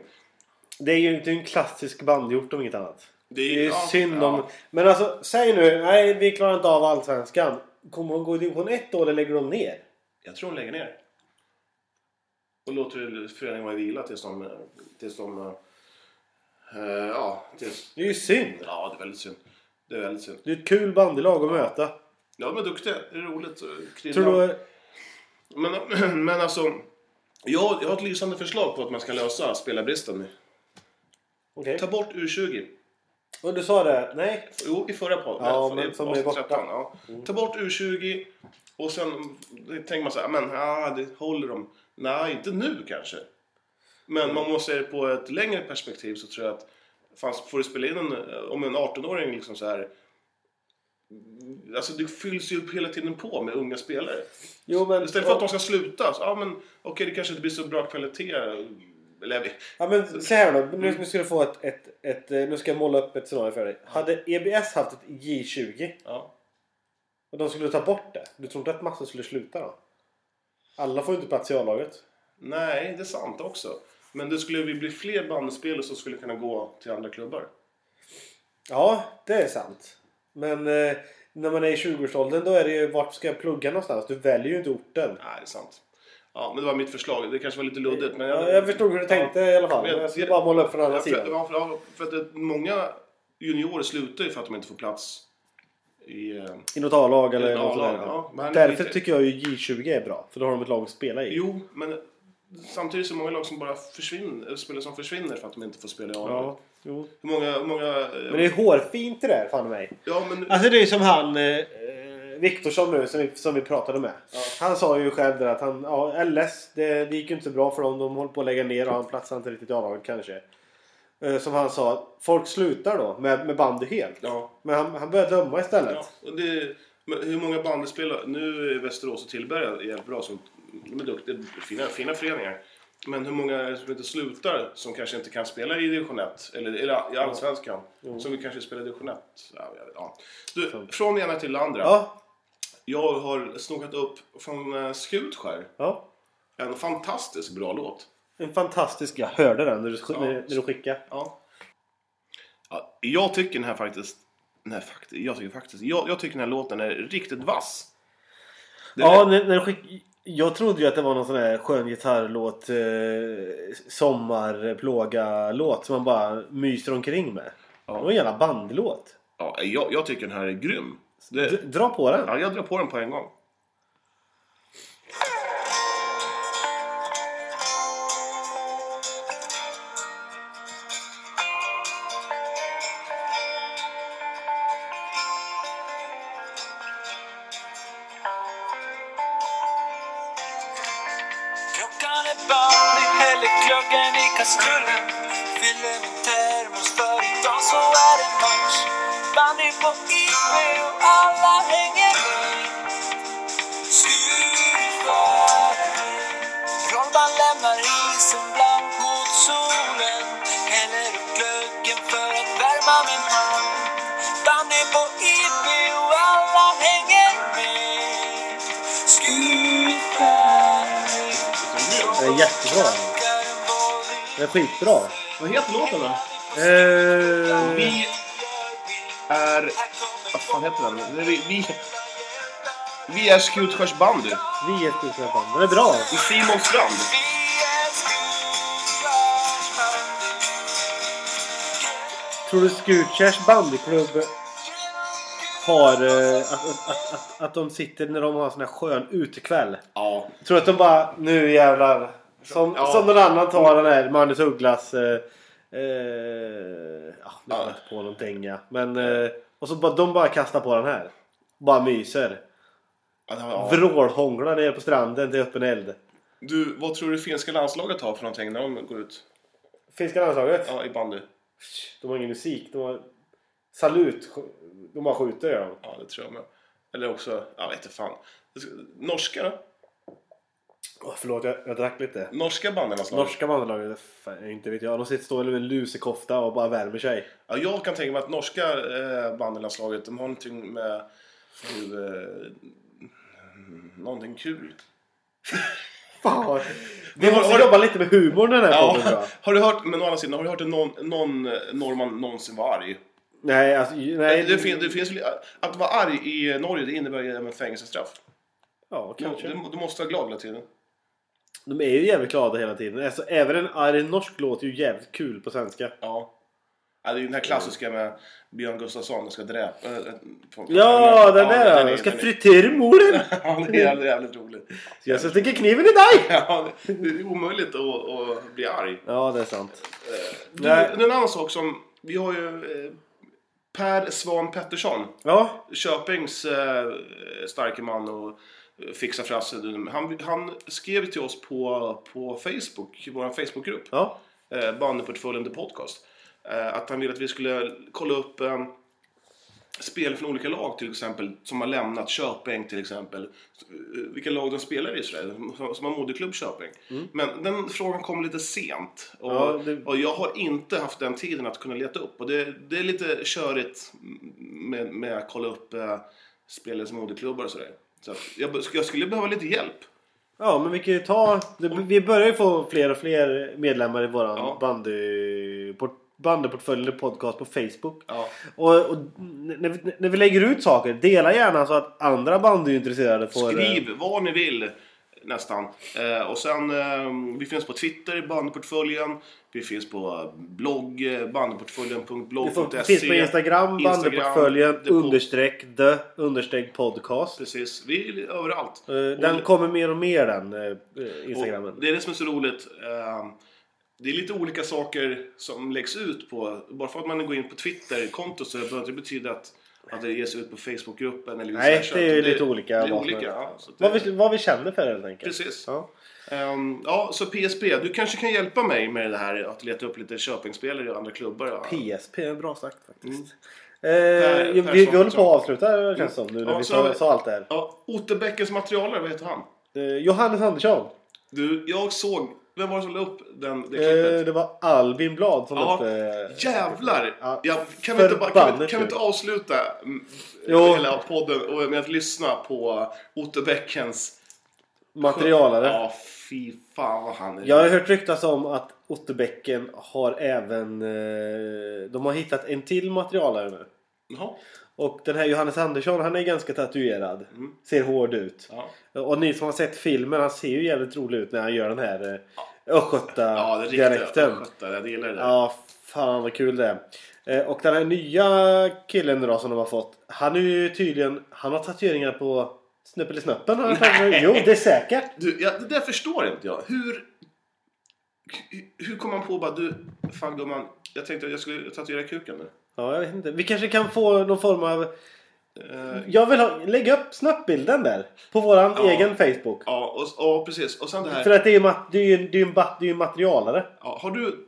Speaker 1: Det är ju inte en klassisk bandgjort om inget annat.
Speaker 2: Det
Speaker 1: Det är ju
Speaker 2: ja,
Speaker 1: synd
Speaker 2: ja.
Speaker 1: om... Men alltså, säg nu. Nej, vi klarar inte av Allsvenskan. Kommer de gå i division 1 då eller lägger de ner?
Speaker 2: Jag tror de lägger ner. Och låter föreningen vara i vila tills de... eh, Tills de eh, eh, ja, tills,
Speaker 1: Det är ju synd.
Speaker 2: ja, det är väldigt synd. Det är väldigt synd.
Speaker 1: Det är ett kul bandylag att möta.
Speaker 2: Ja, de är duktiga. Det är roligt. eh, kryddan.
Speaker 1: Tror du...
Speaker 2: Men, <clears throat> men alltså... Jag, jag har ett lysande förslag på att man ska lösa spelarbristen.
Speaker 1: Okej.
Speaker 2: Ta bort U20.
Speaker 1: Och du sa det? Nej?
Speaker 2: Jo, i förra podden.
Speaker 1: Ja,
Speaker 2: för-
Speaker 1: men
Speaker 2: i
Speaker 1: som är
Speaker 2: avsnitt
Speaker 1: borta. Mm.
Speaker 2: 13, ja. Ta bort U20 och sen tänker man så här, men ja, det håller de. Nej, inte nu kanske.
Speaker 1: Mm.
Speaker 2: Men man måste se det på ett längre perspektiv så tror jag att fanns, får du spela in en, om en 18-åring liksom så här. Alltså det fylls ju upp hela tiden på med unga spelare.
Speaker 1: Jo men...
Speaker 2: Istället för att de ska sluta, så, ja men okej det kanske inte blir så bra kvalitet. Eller jag vet.
Speaker 1: Ja men så här då.
Speaker 2: Mm.
Speaker 1: Nu, nu ska du få ett, ett, ett... eh, Nu ska jag måla upp ett scenario för dig. Hade EBS haft ett J20
Speaker 2: Ja.
Speaker 1: och de skulle ta bort det. Du tror inte att massor skulle sluta då? Alla får ju inte plats i A-laget.
Speaker 2: Nej, det är sant också. Men det skulle ju bli fler bandspelare som skulle kunna gå till andra klubbar.
Speaker 1: Ja, det är sant. Men eh, när man är i 20-årsåldern då är det ju vart ska jag plugga någonstans? Du väljer ju inte orten.
Speaker 2: Nej, det är sant. Ja, men det var mitt förslag. Det kanske var lite luddigt. Men
Speaker 1: Jag, jag förstod hur du tänkte i alla fall.
Speaker 2: Men jag-
Speaker 1: Men jag skulle bara måla upp från andra
Speaker 2: Ja, för,
Speaker 1: sidan.
Speaker 2: ja, för, ja, för att det, många juniorer slutar ju för att de inte får plats i... eh,
Speaker 1: I något A-lag
Speaker 2: I
Speaker 1: eller
Speaker 2: något
Speaker 1: något sånt
Speaker 2: A-lag,
Speaker 1: där.
Speaker 2: ja. Men han är
Speaker 1: Därför
Speaker 2: lite-
Speaker 1: tycker jag ju J20 är bra. För då har de ett lag att spela i.
Speaker 2: Jo, men samtidigt så är det många lag som bara försvinner. Spelare som försvinner för att de inte får spela i
Speaker 1: Ja,
Speaker 2: A-laget.
Speaker 1: jo.
Speaker 2: Hur många... hur många eh,
Speaker 1: Men det är hårfint det där, fan i mig.
Speaker 2: Ja, men...
Speaker 1: Alltså det är som han eh, Viktorsson nu som vi, som vi pratade med. Han sa ju själv där att han, ja LS, det, det gick ju inte så bra för dem. De håller på att lägga ner och han platsar inte riktigt i A-laget kanske. Eh, som han sa, folk slutar då med, med bandy helt.
Speaker 2: Ja.
Speaker 1: Men han, han börjar döma istället.
Speaker 2: Ja, och det, men hur många bandespelare... Nu är Västerås och Tillberga jävligt bra. Som, de är duktiga, fina, fina föreningar. Men hur många är det som inte slutar som kanske inte kan spela i division 1? Eller, eller i Allsvenskan? Som vill kanske spela i division 1? Ja, jag vet- ja. Du, från det ena till det andra.
Speaker 1: Ja,
Speaker 2: Jag har snokat upp från eh, Skutskär
Speaker 1: ja.
Speaker 2: en fantastiskt bra låt.
Speaker 1: En fantastisk, jag hörde den när du, sk-
Speaker 2: Ja.
Speaker 1: när, när du skickade.
Speaker 2: Ja. Ja, jag tycker den här faktiskt... Nej, faktiskt, jag, tycker faktiskt jag, jag tycker den här låten är riktigt vass. Den
Speaker 1: Ja,
Speaker 2: är-
Speaker 1: när, när du skick... Jag trodde ju att det var någon sån här skön gitarrlåt, eh, sommarplåga-låt som man bara myser omkring med. Det var en jävla bandlåt.
Speaker 2: Ja, jag, jag tycker den här är grym. Det,
Speaker 1: D- dra på den.
Speaker 2: ja, jag drar på den på en gång.
Speaker 6: Klockan är bandy, häller glöggen i kastrullen Fyller min termos för idag så är det match på IP och alla hänger med. Surfar. Rollman lämnar isen blank mot solen. Häller upp glöggen för att värma min hand. Danne på IP och alla hänger med. Skutberg.
Speaker 1: Den är jättebra. Den är skitbra.
Speaker 2: Vad heter låten då?
Speaker 1: Eh,
Speaker 2: Vi är... Vad fan heter den? Det är Vi, vi, vi är Skutskärs bandy.
Speaker 1: vi är ett utmärkt band. Den är bra.
Speaker 2: I Simonsstrand.
Speaker 1: Tror du Skutkärrs bandyklubb har... eh, Att, att, att, att, att de sitter när de har en sån här skön utekväll?
Speaker 2: Ja.
Speaker 1: Tror att de bara, nu jävlar. Som,
Speaker 2: Ja.
Speaker 1: som någon annan tar den här Magnus Ugglas... Eh, eh, ja, nu kommer jag inte på någonting ja. Men, eh, och så bara, de bara kastar på den här. Bara myser.
Speaker 2: Ja, det var-
Speaker 1: Vrålhånglar nere på stranden till öppen eld.
Speaker 2: Du, vad tror du det finska landslaget har för någonting när de går ut
Speaker 1: Finska landslaget.
Speaker 2: ja, i bandy?
Speaker 1: De har ingen musik. De har salut. De bara skjuter gör de.
Speaker 2: Ja, det tror jag med. Eller också, jag vet inte fan. Norska då?
Speaker 1: Åh, förlåt, jag, jag drack lite.
Speaker 2: Norska bandylandslaget?
Speaker 1: Norska bandlaget, fan, inte vet jag. De sitter står med en lusekofta och bara värmer sig.
Speaker 2: Ja, jag kan tänka mig att norska eh, bandylandslaget, de har någonting med... hur, Eh, någonting kul.
Speaker 1: Fan. Vi
Speaker 2: Men har-
Speaker 1: måste
Speaker 2: har du-
Speaker 1: jobba lite med humorn i den här podden tror
Speaker 2: Ja,
Speaker 1: jag.
Speaker 2: <laughs> har du hört, men å andra sidan, har du hört att någon, någon eh, norrman någonsin var arg?
Speaker 1: Nej, alltså, ju- nej.
Speaker 2: det, fin, det finns, väl- att vara arg i Norge, det innebär ju även fängelsestraff.
Speaker 1: Ja,
Speaker 2: Du,
Speaker 1: kanske.
Speaker 2: du måste vara glad hela tiden.
Speaker 1: De är ju jävligt glada hela tiden. Alltså, även en arg norsk låter ju jävligt kul på svenska.
Speaker 2: Ja. Ja, det är ju den här klassiska med Björn Gustafsson, den ska dräpa... Äh,
Speaker 1: Ja, den där ja.
Speaker 2: är-
Speaker 1: Jag ska
Speaker 2: den är-
Speaker 1: frityra moren!
Speaker 2: <laughs> Ja, det är jävligt, jävligt roligt.
Speaker 1: Så jag ska sticka kniven i dig!
Speaker 2: Ja, det det är omöjligt att, att bli arg.
Speaker 1: Ja, det är sant.
Speaker 2: Du,
Speaker 1: Nej.
Speaker 2: en annan sak som... Vi har ju eh, Per Svan Pettersson,
Speaker 1: Ja,
Speaker 2: Köpings eh, starke man och eh, fixa frasse. Han, han skrev till oss på, på Facebook, i vår Facebookgrupp.
Speaker 1: ja.
Speaker 2: eh, Bandyportföljen The Podcast. Eh, att han ville att vi skulle kolla upp eh, spel från olika lag till exempel som har lämnat Köping till exempel. Eh, Vilka lag de spelar i sådär, som- som har moderklubb Köping. Men den frågan kom lite sent. Och,
Speaker 1: Mm. Ja, det-
Speaker 2: och jag har inte haft den tiden att kunna leta upp. Och det, det är lite körigt med, med att kolla upp eh, spelens moderklubbar och sådär. Så att jag, jag skulle behöva lite hjälp.
Speaker 1: Ja, men vi kan ju ta... det- Vi börjar ju få fler och fler medlemmar i våran
Speaker 2: Ja.
Speaker 1: bandy... port- Bandyportfölj eller podcast på Facebook.
Speaker 2: Ja.
Speaker 1: Och, och när, vi, när vi lägger ut saker, dela gärna så att andra bandyintresserade får... eh,
Speaker 2: Skriv vad ni vill nästan. Eh, och sen, eh, vi finns på Twitter, Bandyportföljen. Vi finns på blogg, eh,
Speaker 1: Det
Speaker 2: bandyportföljen.blogg.se.
Speaker 1: får- finns på Instagram, bandyportföljen,
Speaker 2: det på-
Speaker 1: understreck the, understreck podcast.
Speaker 2: Precis, vi är överallt.
Speaker 1: Eh, Den kommer mer och mer den eh, eh, Instagramen.
Speaker 2: Och det är det som är så roligt. Eh, det är lite olika saker som läggs ut på... Bara för att man går in på Twitter-konto så behöver det inte betyda att, att det ges ut på Facebookgruppen eller
Speaker 1: Nej,
Speaker 2: Slashat.
Speaker 1: det är ju lite olika.
Speaker 2: Det är
Speaker 1: vad som
Speaker 2: olika,
Speaker 1: helst.
Speaker 2: ja. Så att
Speaker 1: Vad
Speaker 2: det-
Speaker 1: vi, vad vi känner för helt enkelt.
Speaker 2: Precis.
Speaker 1: Ja.
Speaker 2: Ehm, ja, så PSP, du kanske kan hjälpa mig med det här att leta upp lite Köpingsspelare i andra klubbar. Ja.
Speaker 1: PSP är bra sagt faktiskt.
Speaker 2: Per-
Speaker 1: Eh, vi,
Speaker 2: Mm. Per
Speaker 1: vi
Speaker 2: Svensson.
Speaker 1: håller på att avsluta känns som nu när
Speaker 2: Ja,
Speaker 1: vi
Speaker 2: så
Speaker 1: sa,
Speaker 2: har vi-
Speaker 1: sa allt det här.
Speaker 2: ja, Otterbäckens materialare, vad heter han?
Speaker 1: Eh, Johannes Andersson.
Speaker 2: Du, jag såg, vem var det som la upp den, det
Speaker 1: Eh,
Speaker 2: klippet?
Speaker 1: det var Albin Blad som eh,
Speaker 2: Ja.
Speaker 1: hette...
Speaker 2: Jävlar!
Speaker 1: Ja,
Speaker 2: jag, kan, vi inte bara, kan, vi,
Speaker 1: förbannat
Speaker 2: kan vi
Speaker 1: kul.
Speaker 2: inte avsluta mm,
Speaker 1: Jo.
Speaker 2: hela podden och, med att lyssna på Otterbäckens...
Speaker 1: Materialare.
Speaker 2: Ja, fy fan vad han är.
Speaker 1: Jag har hört ryktas om att Otterbäcken har även... Eh, de har hittat en till materialare nu.
Speaker 2: Jaha.
Speaker 1: Och den här Johannes Andersson, han är ganska tatuerad.
Speaker 2: Mm.
Speaker 1: Ser hård ut.
Speaker 2: Ja.
Speaker 1: Och ni som har sett filmen, han ser ju jävligt rolig ut när han gör den här eh,
Speaker 2: Ja, det är riktigt
Speaker 1: östgötadialekten.
Speaker 2: östgötare. Jag gillar det där.
Speaker 1: Ja, fan vad kul det är. Eh, Och den här nya killen då som de har fått. Han är ju tydligen... Han har tatueringar på snöppelisnöppen. har jag tagit
Speaker 2: <laughs>
Speaker 1: med. Jo, det är säkert.
Speaker 2: Du, ja, det där förstår inte jag. Hur, hur- hur kom man på bara du, fan gumman, jag tänkte att jag skulle tatuera kuken nu.
Speaker 1: Ja, jag vet inte. Vi kanske kan få någon form av...
Speaker 2: Eh,
Speaker 1: Jag vill ha... lägga upp snappbilden där. På våran
Speaker 2: Ja.
Speaker 1: egen Facebook.
Speaker 2: ja, och, ja, precis. Och sen det
Speaker 1: För
Speaker 2: här.
Speaker 1: att det är ju mat- det är ju- det är ju en, ba- det är ju en materialare.
Speaker 2: Ja, har du,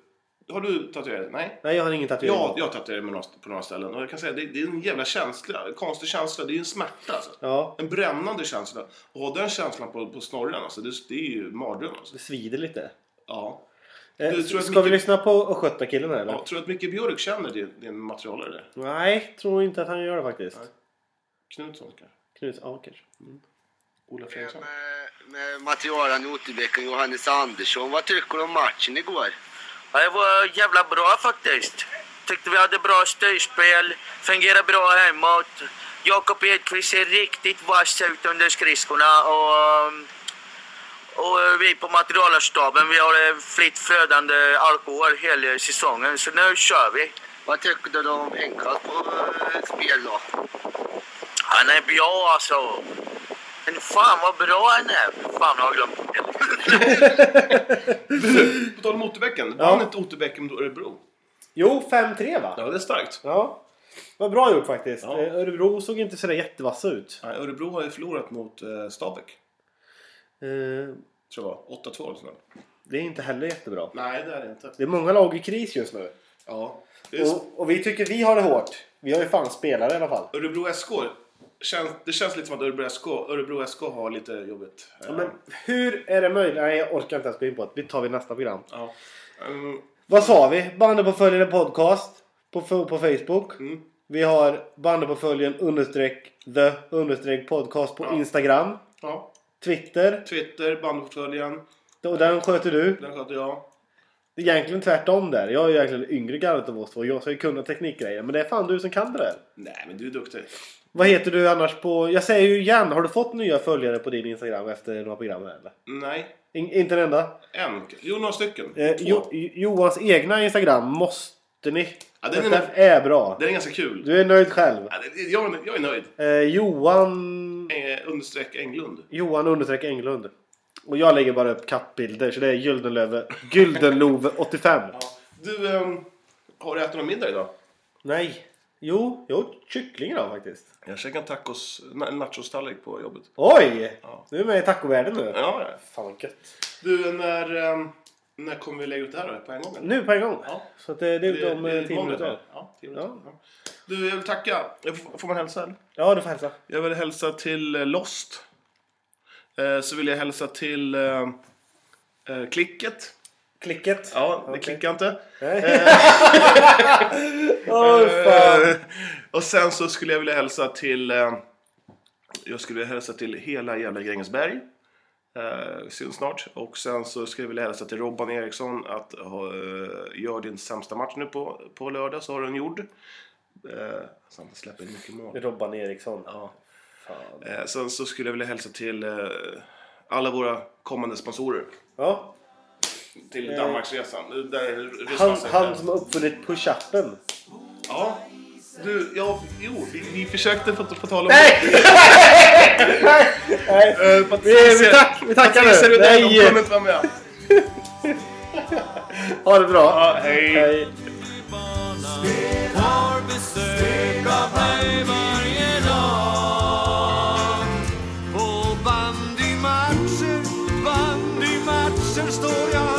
Speaker 2: Har du tatuerat? Nej?
Speaker 1: Nej, jag har ingen tatuering.
Speaker 2: Ja, jag tatuerade mig någonst- på några ställen. Och jag kan säga, det, det är en jävla känsla. En konstig känsla. Det är en smärta alltså.
Speaker 1: Ja,
Speaker 2: En brännande känsla. Och ha den känslan på, på snorren alltså. Det, det är ju mardröm alltså.
Speaker 1: det svider lite.
Speaker 2: Ja.
Speaker 1: Eh,
Speaker 2: Du tror
Speaker 1: ska vi
Speaker 2: att mycket-
Speaker 1: lyssna på Östgötakillen här eller?
Speaker 2: ja. Tror du att Micke Björk känner din, din materialare?
Speaker 1: Nej, tror inte att han gör det faktiskt.
Speaker 2: Nej. Knutsson kanske?
Speaker 1: Knut Aker.
Speaker 2: Ola Fredriksson?
Speaker 9: Med materialen i Otterbäck och Johannes Andersson. Vad tycker du om matchen igår?
Speaker 10: Ja, det var jävla bra faktiskt. Tyckte vi hade bra styrspel, fungerade bra hemåt. Jakob Edqvist ser riktigt vass ut under skridskorna och, och vi på materialstaben vi har eh, fritt flödande alkohol hela säsongen så nu kör vi.
Speaker 9: Vad tycker du om Henkas på eh, spel då?
Speaker 10: Han är bra alltså. Men fan vad bra han är. Fan jag har glömt
Speaker 2: På tal om Otterbäcken.
Speaker 1: Ja.
Speaker 2: Vann inte Otterbäcken mot Örebro?
Speaker 1: Jo, 5-3 va?
Speaker 2: Ja, det är starkt.
Speaker 1: Ja. Vad bra gjort faktiskt.
Speaker 2: Ja.
Speaker 1: Eh, Örebro såg inte sådär jättevassa ut.
Speaker 2: Nej, Örebro har ju förlorat mot eh, Stabäck.
Speaker 1: Eh,
Speaker 2: Tror jag det var. 8-2 eller sånt. där.
Speaker 1: Det är inte heller jättebra.
Speaker 2: Nej, det är det inte.
Speaker 1: Det är många lag i kris just nu.
Speaker 2: Ja. Det är
Speaker 1: Och, och vi tycker vi har det hårt. Vi har ju fan spelare i alla fall.
Speaker 2: Örebro SK. Känns, det känns lite som att Örebro SK, Örebro SK har lite jobbigt. Eh,
Speaker 1: Ja, men hur är det möjligt? Nej, jag orkar inte ens gå in på det. Vi tar vi nästa program.
Speaker 2: Ja. Ehm,
Speaker 1: Vad sa vi? Bandet på följen podcast på, f- på Facebook.
Speaker 2: Mm.
Speaker 1: Vi har bandet på följen understreck the understreck podcast på
Speaker 2: Ja.
Speaker 1: Instagram.
Speaker 2: ja.
Speaker 1: Twitter.
Speaker 2: Twitter, bandportföljen.
Speaker 1: Och den sköter du.
Speaker 2: Den sköter jag.
Speaker 1: Det är egentligen tvärtom där. Jag är ju egentligen yngre gardet av oss två. Jag ska ju kunna teknikgrejer. Men det är fan du som kan det där.
Speaker 2: Nej, men du är duktig.
Speaker 1: Vad heter du annars på... Jag säger ju igen. Har du fått nya följare på din Instagram efter några program här, eller?
Speaker 2: Nej,
Speaker 1: In, inte en enda?
Speaker 2: en. Jo, några stycken.
Speaker 1: Eh,
Speaker 2: Två.
Speaker 1: jo, Jo- Johans egna Instagram måste ni.
Speaker 2: Ja,
Speaker 1: den
Speaker 2: den
Speaker 1: är,
Speaker 2: är-
Speaker 1: bra.
Speaker 2: Den är ganska kul.
Speaker 1: Du är nöjd själv.
Speaker 2: Ja, det- jag, jag är nöjd.
Speaker 1: Eh, Johan...
Speaker 2: Eh, understreck Englund.
Speaker 1: Johan understreck Englund. Och jag lägger bara upp kappbilder så det är Gyldenlöve, Gyldenlove <laughs> 85.
Speaker 2: Du, ehm, har du ätit någon middag idag?
Speaker 1: Nej. Jo, jag åt kyckling idag faktiskt.
Speaker 2: Jag käkade en tacos, na- en nachostallrik på jobbet.
Speaker 1: Oj!
Speaker 2: Ja.
Speaker 1: Nu är vi med i tacovärlden nu.
Speaker 2: Ja, ja.
Speaker 1: Fan vad gött.
Speaker 2: Du, när, ehm, när kommer vi lägga ut det här då? På en gång? eller?
Speaker 1: Nu på en gång.
Speaker 2: Ja.
Speaker 1: Så att det, det är ute om
Speaker 2: Det- det är
Speaker 1: eh, 10
Speaker 2: måndag
Speaker 1: minuter.
Speaker 2: idag. Ja, tio minuter. Ja. Du, jag vill tacka. Jag får- Får man hälsa? eller?
Speaker 1: Ja, du får hälsa.
Speaker 2: Jag vill hälsa till eh, Lost. Eh, Så vill jag hälsa till eh, eh, Klicket.
Speaker 1: Klicket.
Speaker 2: Ja, det
Speaker 1: Okej.
Speaker 2: klickar inte.
Speaker 1: Åh fan.
Speaker 2: Eh, Och sen så skulle jag vilja hälsa till... eh, Jag skulle vilja hälsa till hela jävla Grängesberg. Eh, syns snart. Och sen så skulle jag vilja hälsa till Robban Eriksson att ha, eh, gör din sämsta match nu på, på lördag så har du den gjord. Eh, så han släpper in mycket mål.
Speaker 1: Robban Eriksson.
Speaker 2: Ja.
Speaker 1: Fan.
Speaker 2: Eh, sen så skulle jag vilja hälsa till eh, alla våra kommande sponsorer.
Speaker 1: Ja.
Speaker 2: Till
Speaker 1: Eh,
Speaker 2: Danmarksresan. Eh, Där
Speaker 1: Han,
Speaker 2: Ryssland säger-
Speaker 1: han som har uppfunnit push-upen.
Speaker 2: Ja. Du, ja, jo, vi, vi försökte få, få tala om
Speaker 1: Nej.
Speaker 2: Eh, Patricia-
Speaker 1: Vi- vi tack- vi tackar
Speaker 2: Patricia
Speaker 1: nu.
Speaker 2: Rudell,
Speaker 1: Nej.
Speaker 2: hon kunde inte vara med.
Speaker 1: Ha det bra.
Speaker 2: Ja, hej.
Speaker 1: Hej.
Speaker 6: Har besök av dig varje dag På bandymatcher, bandymatcher står jag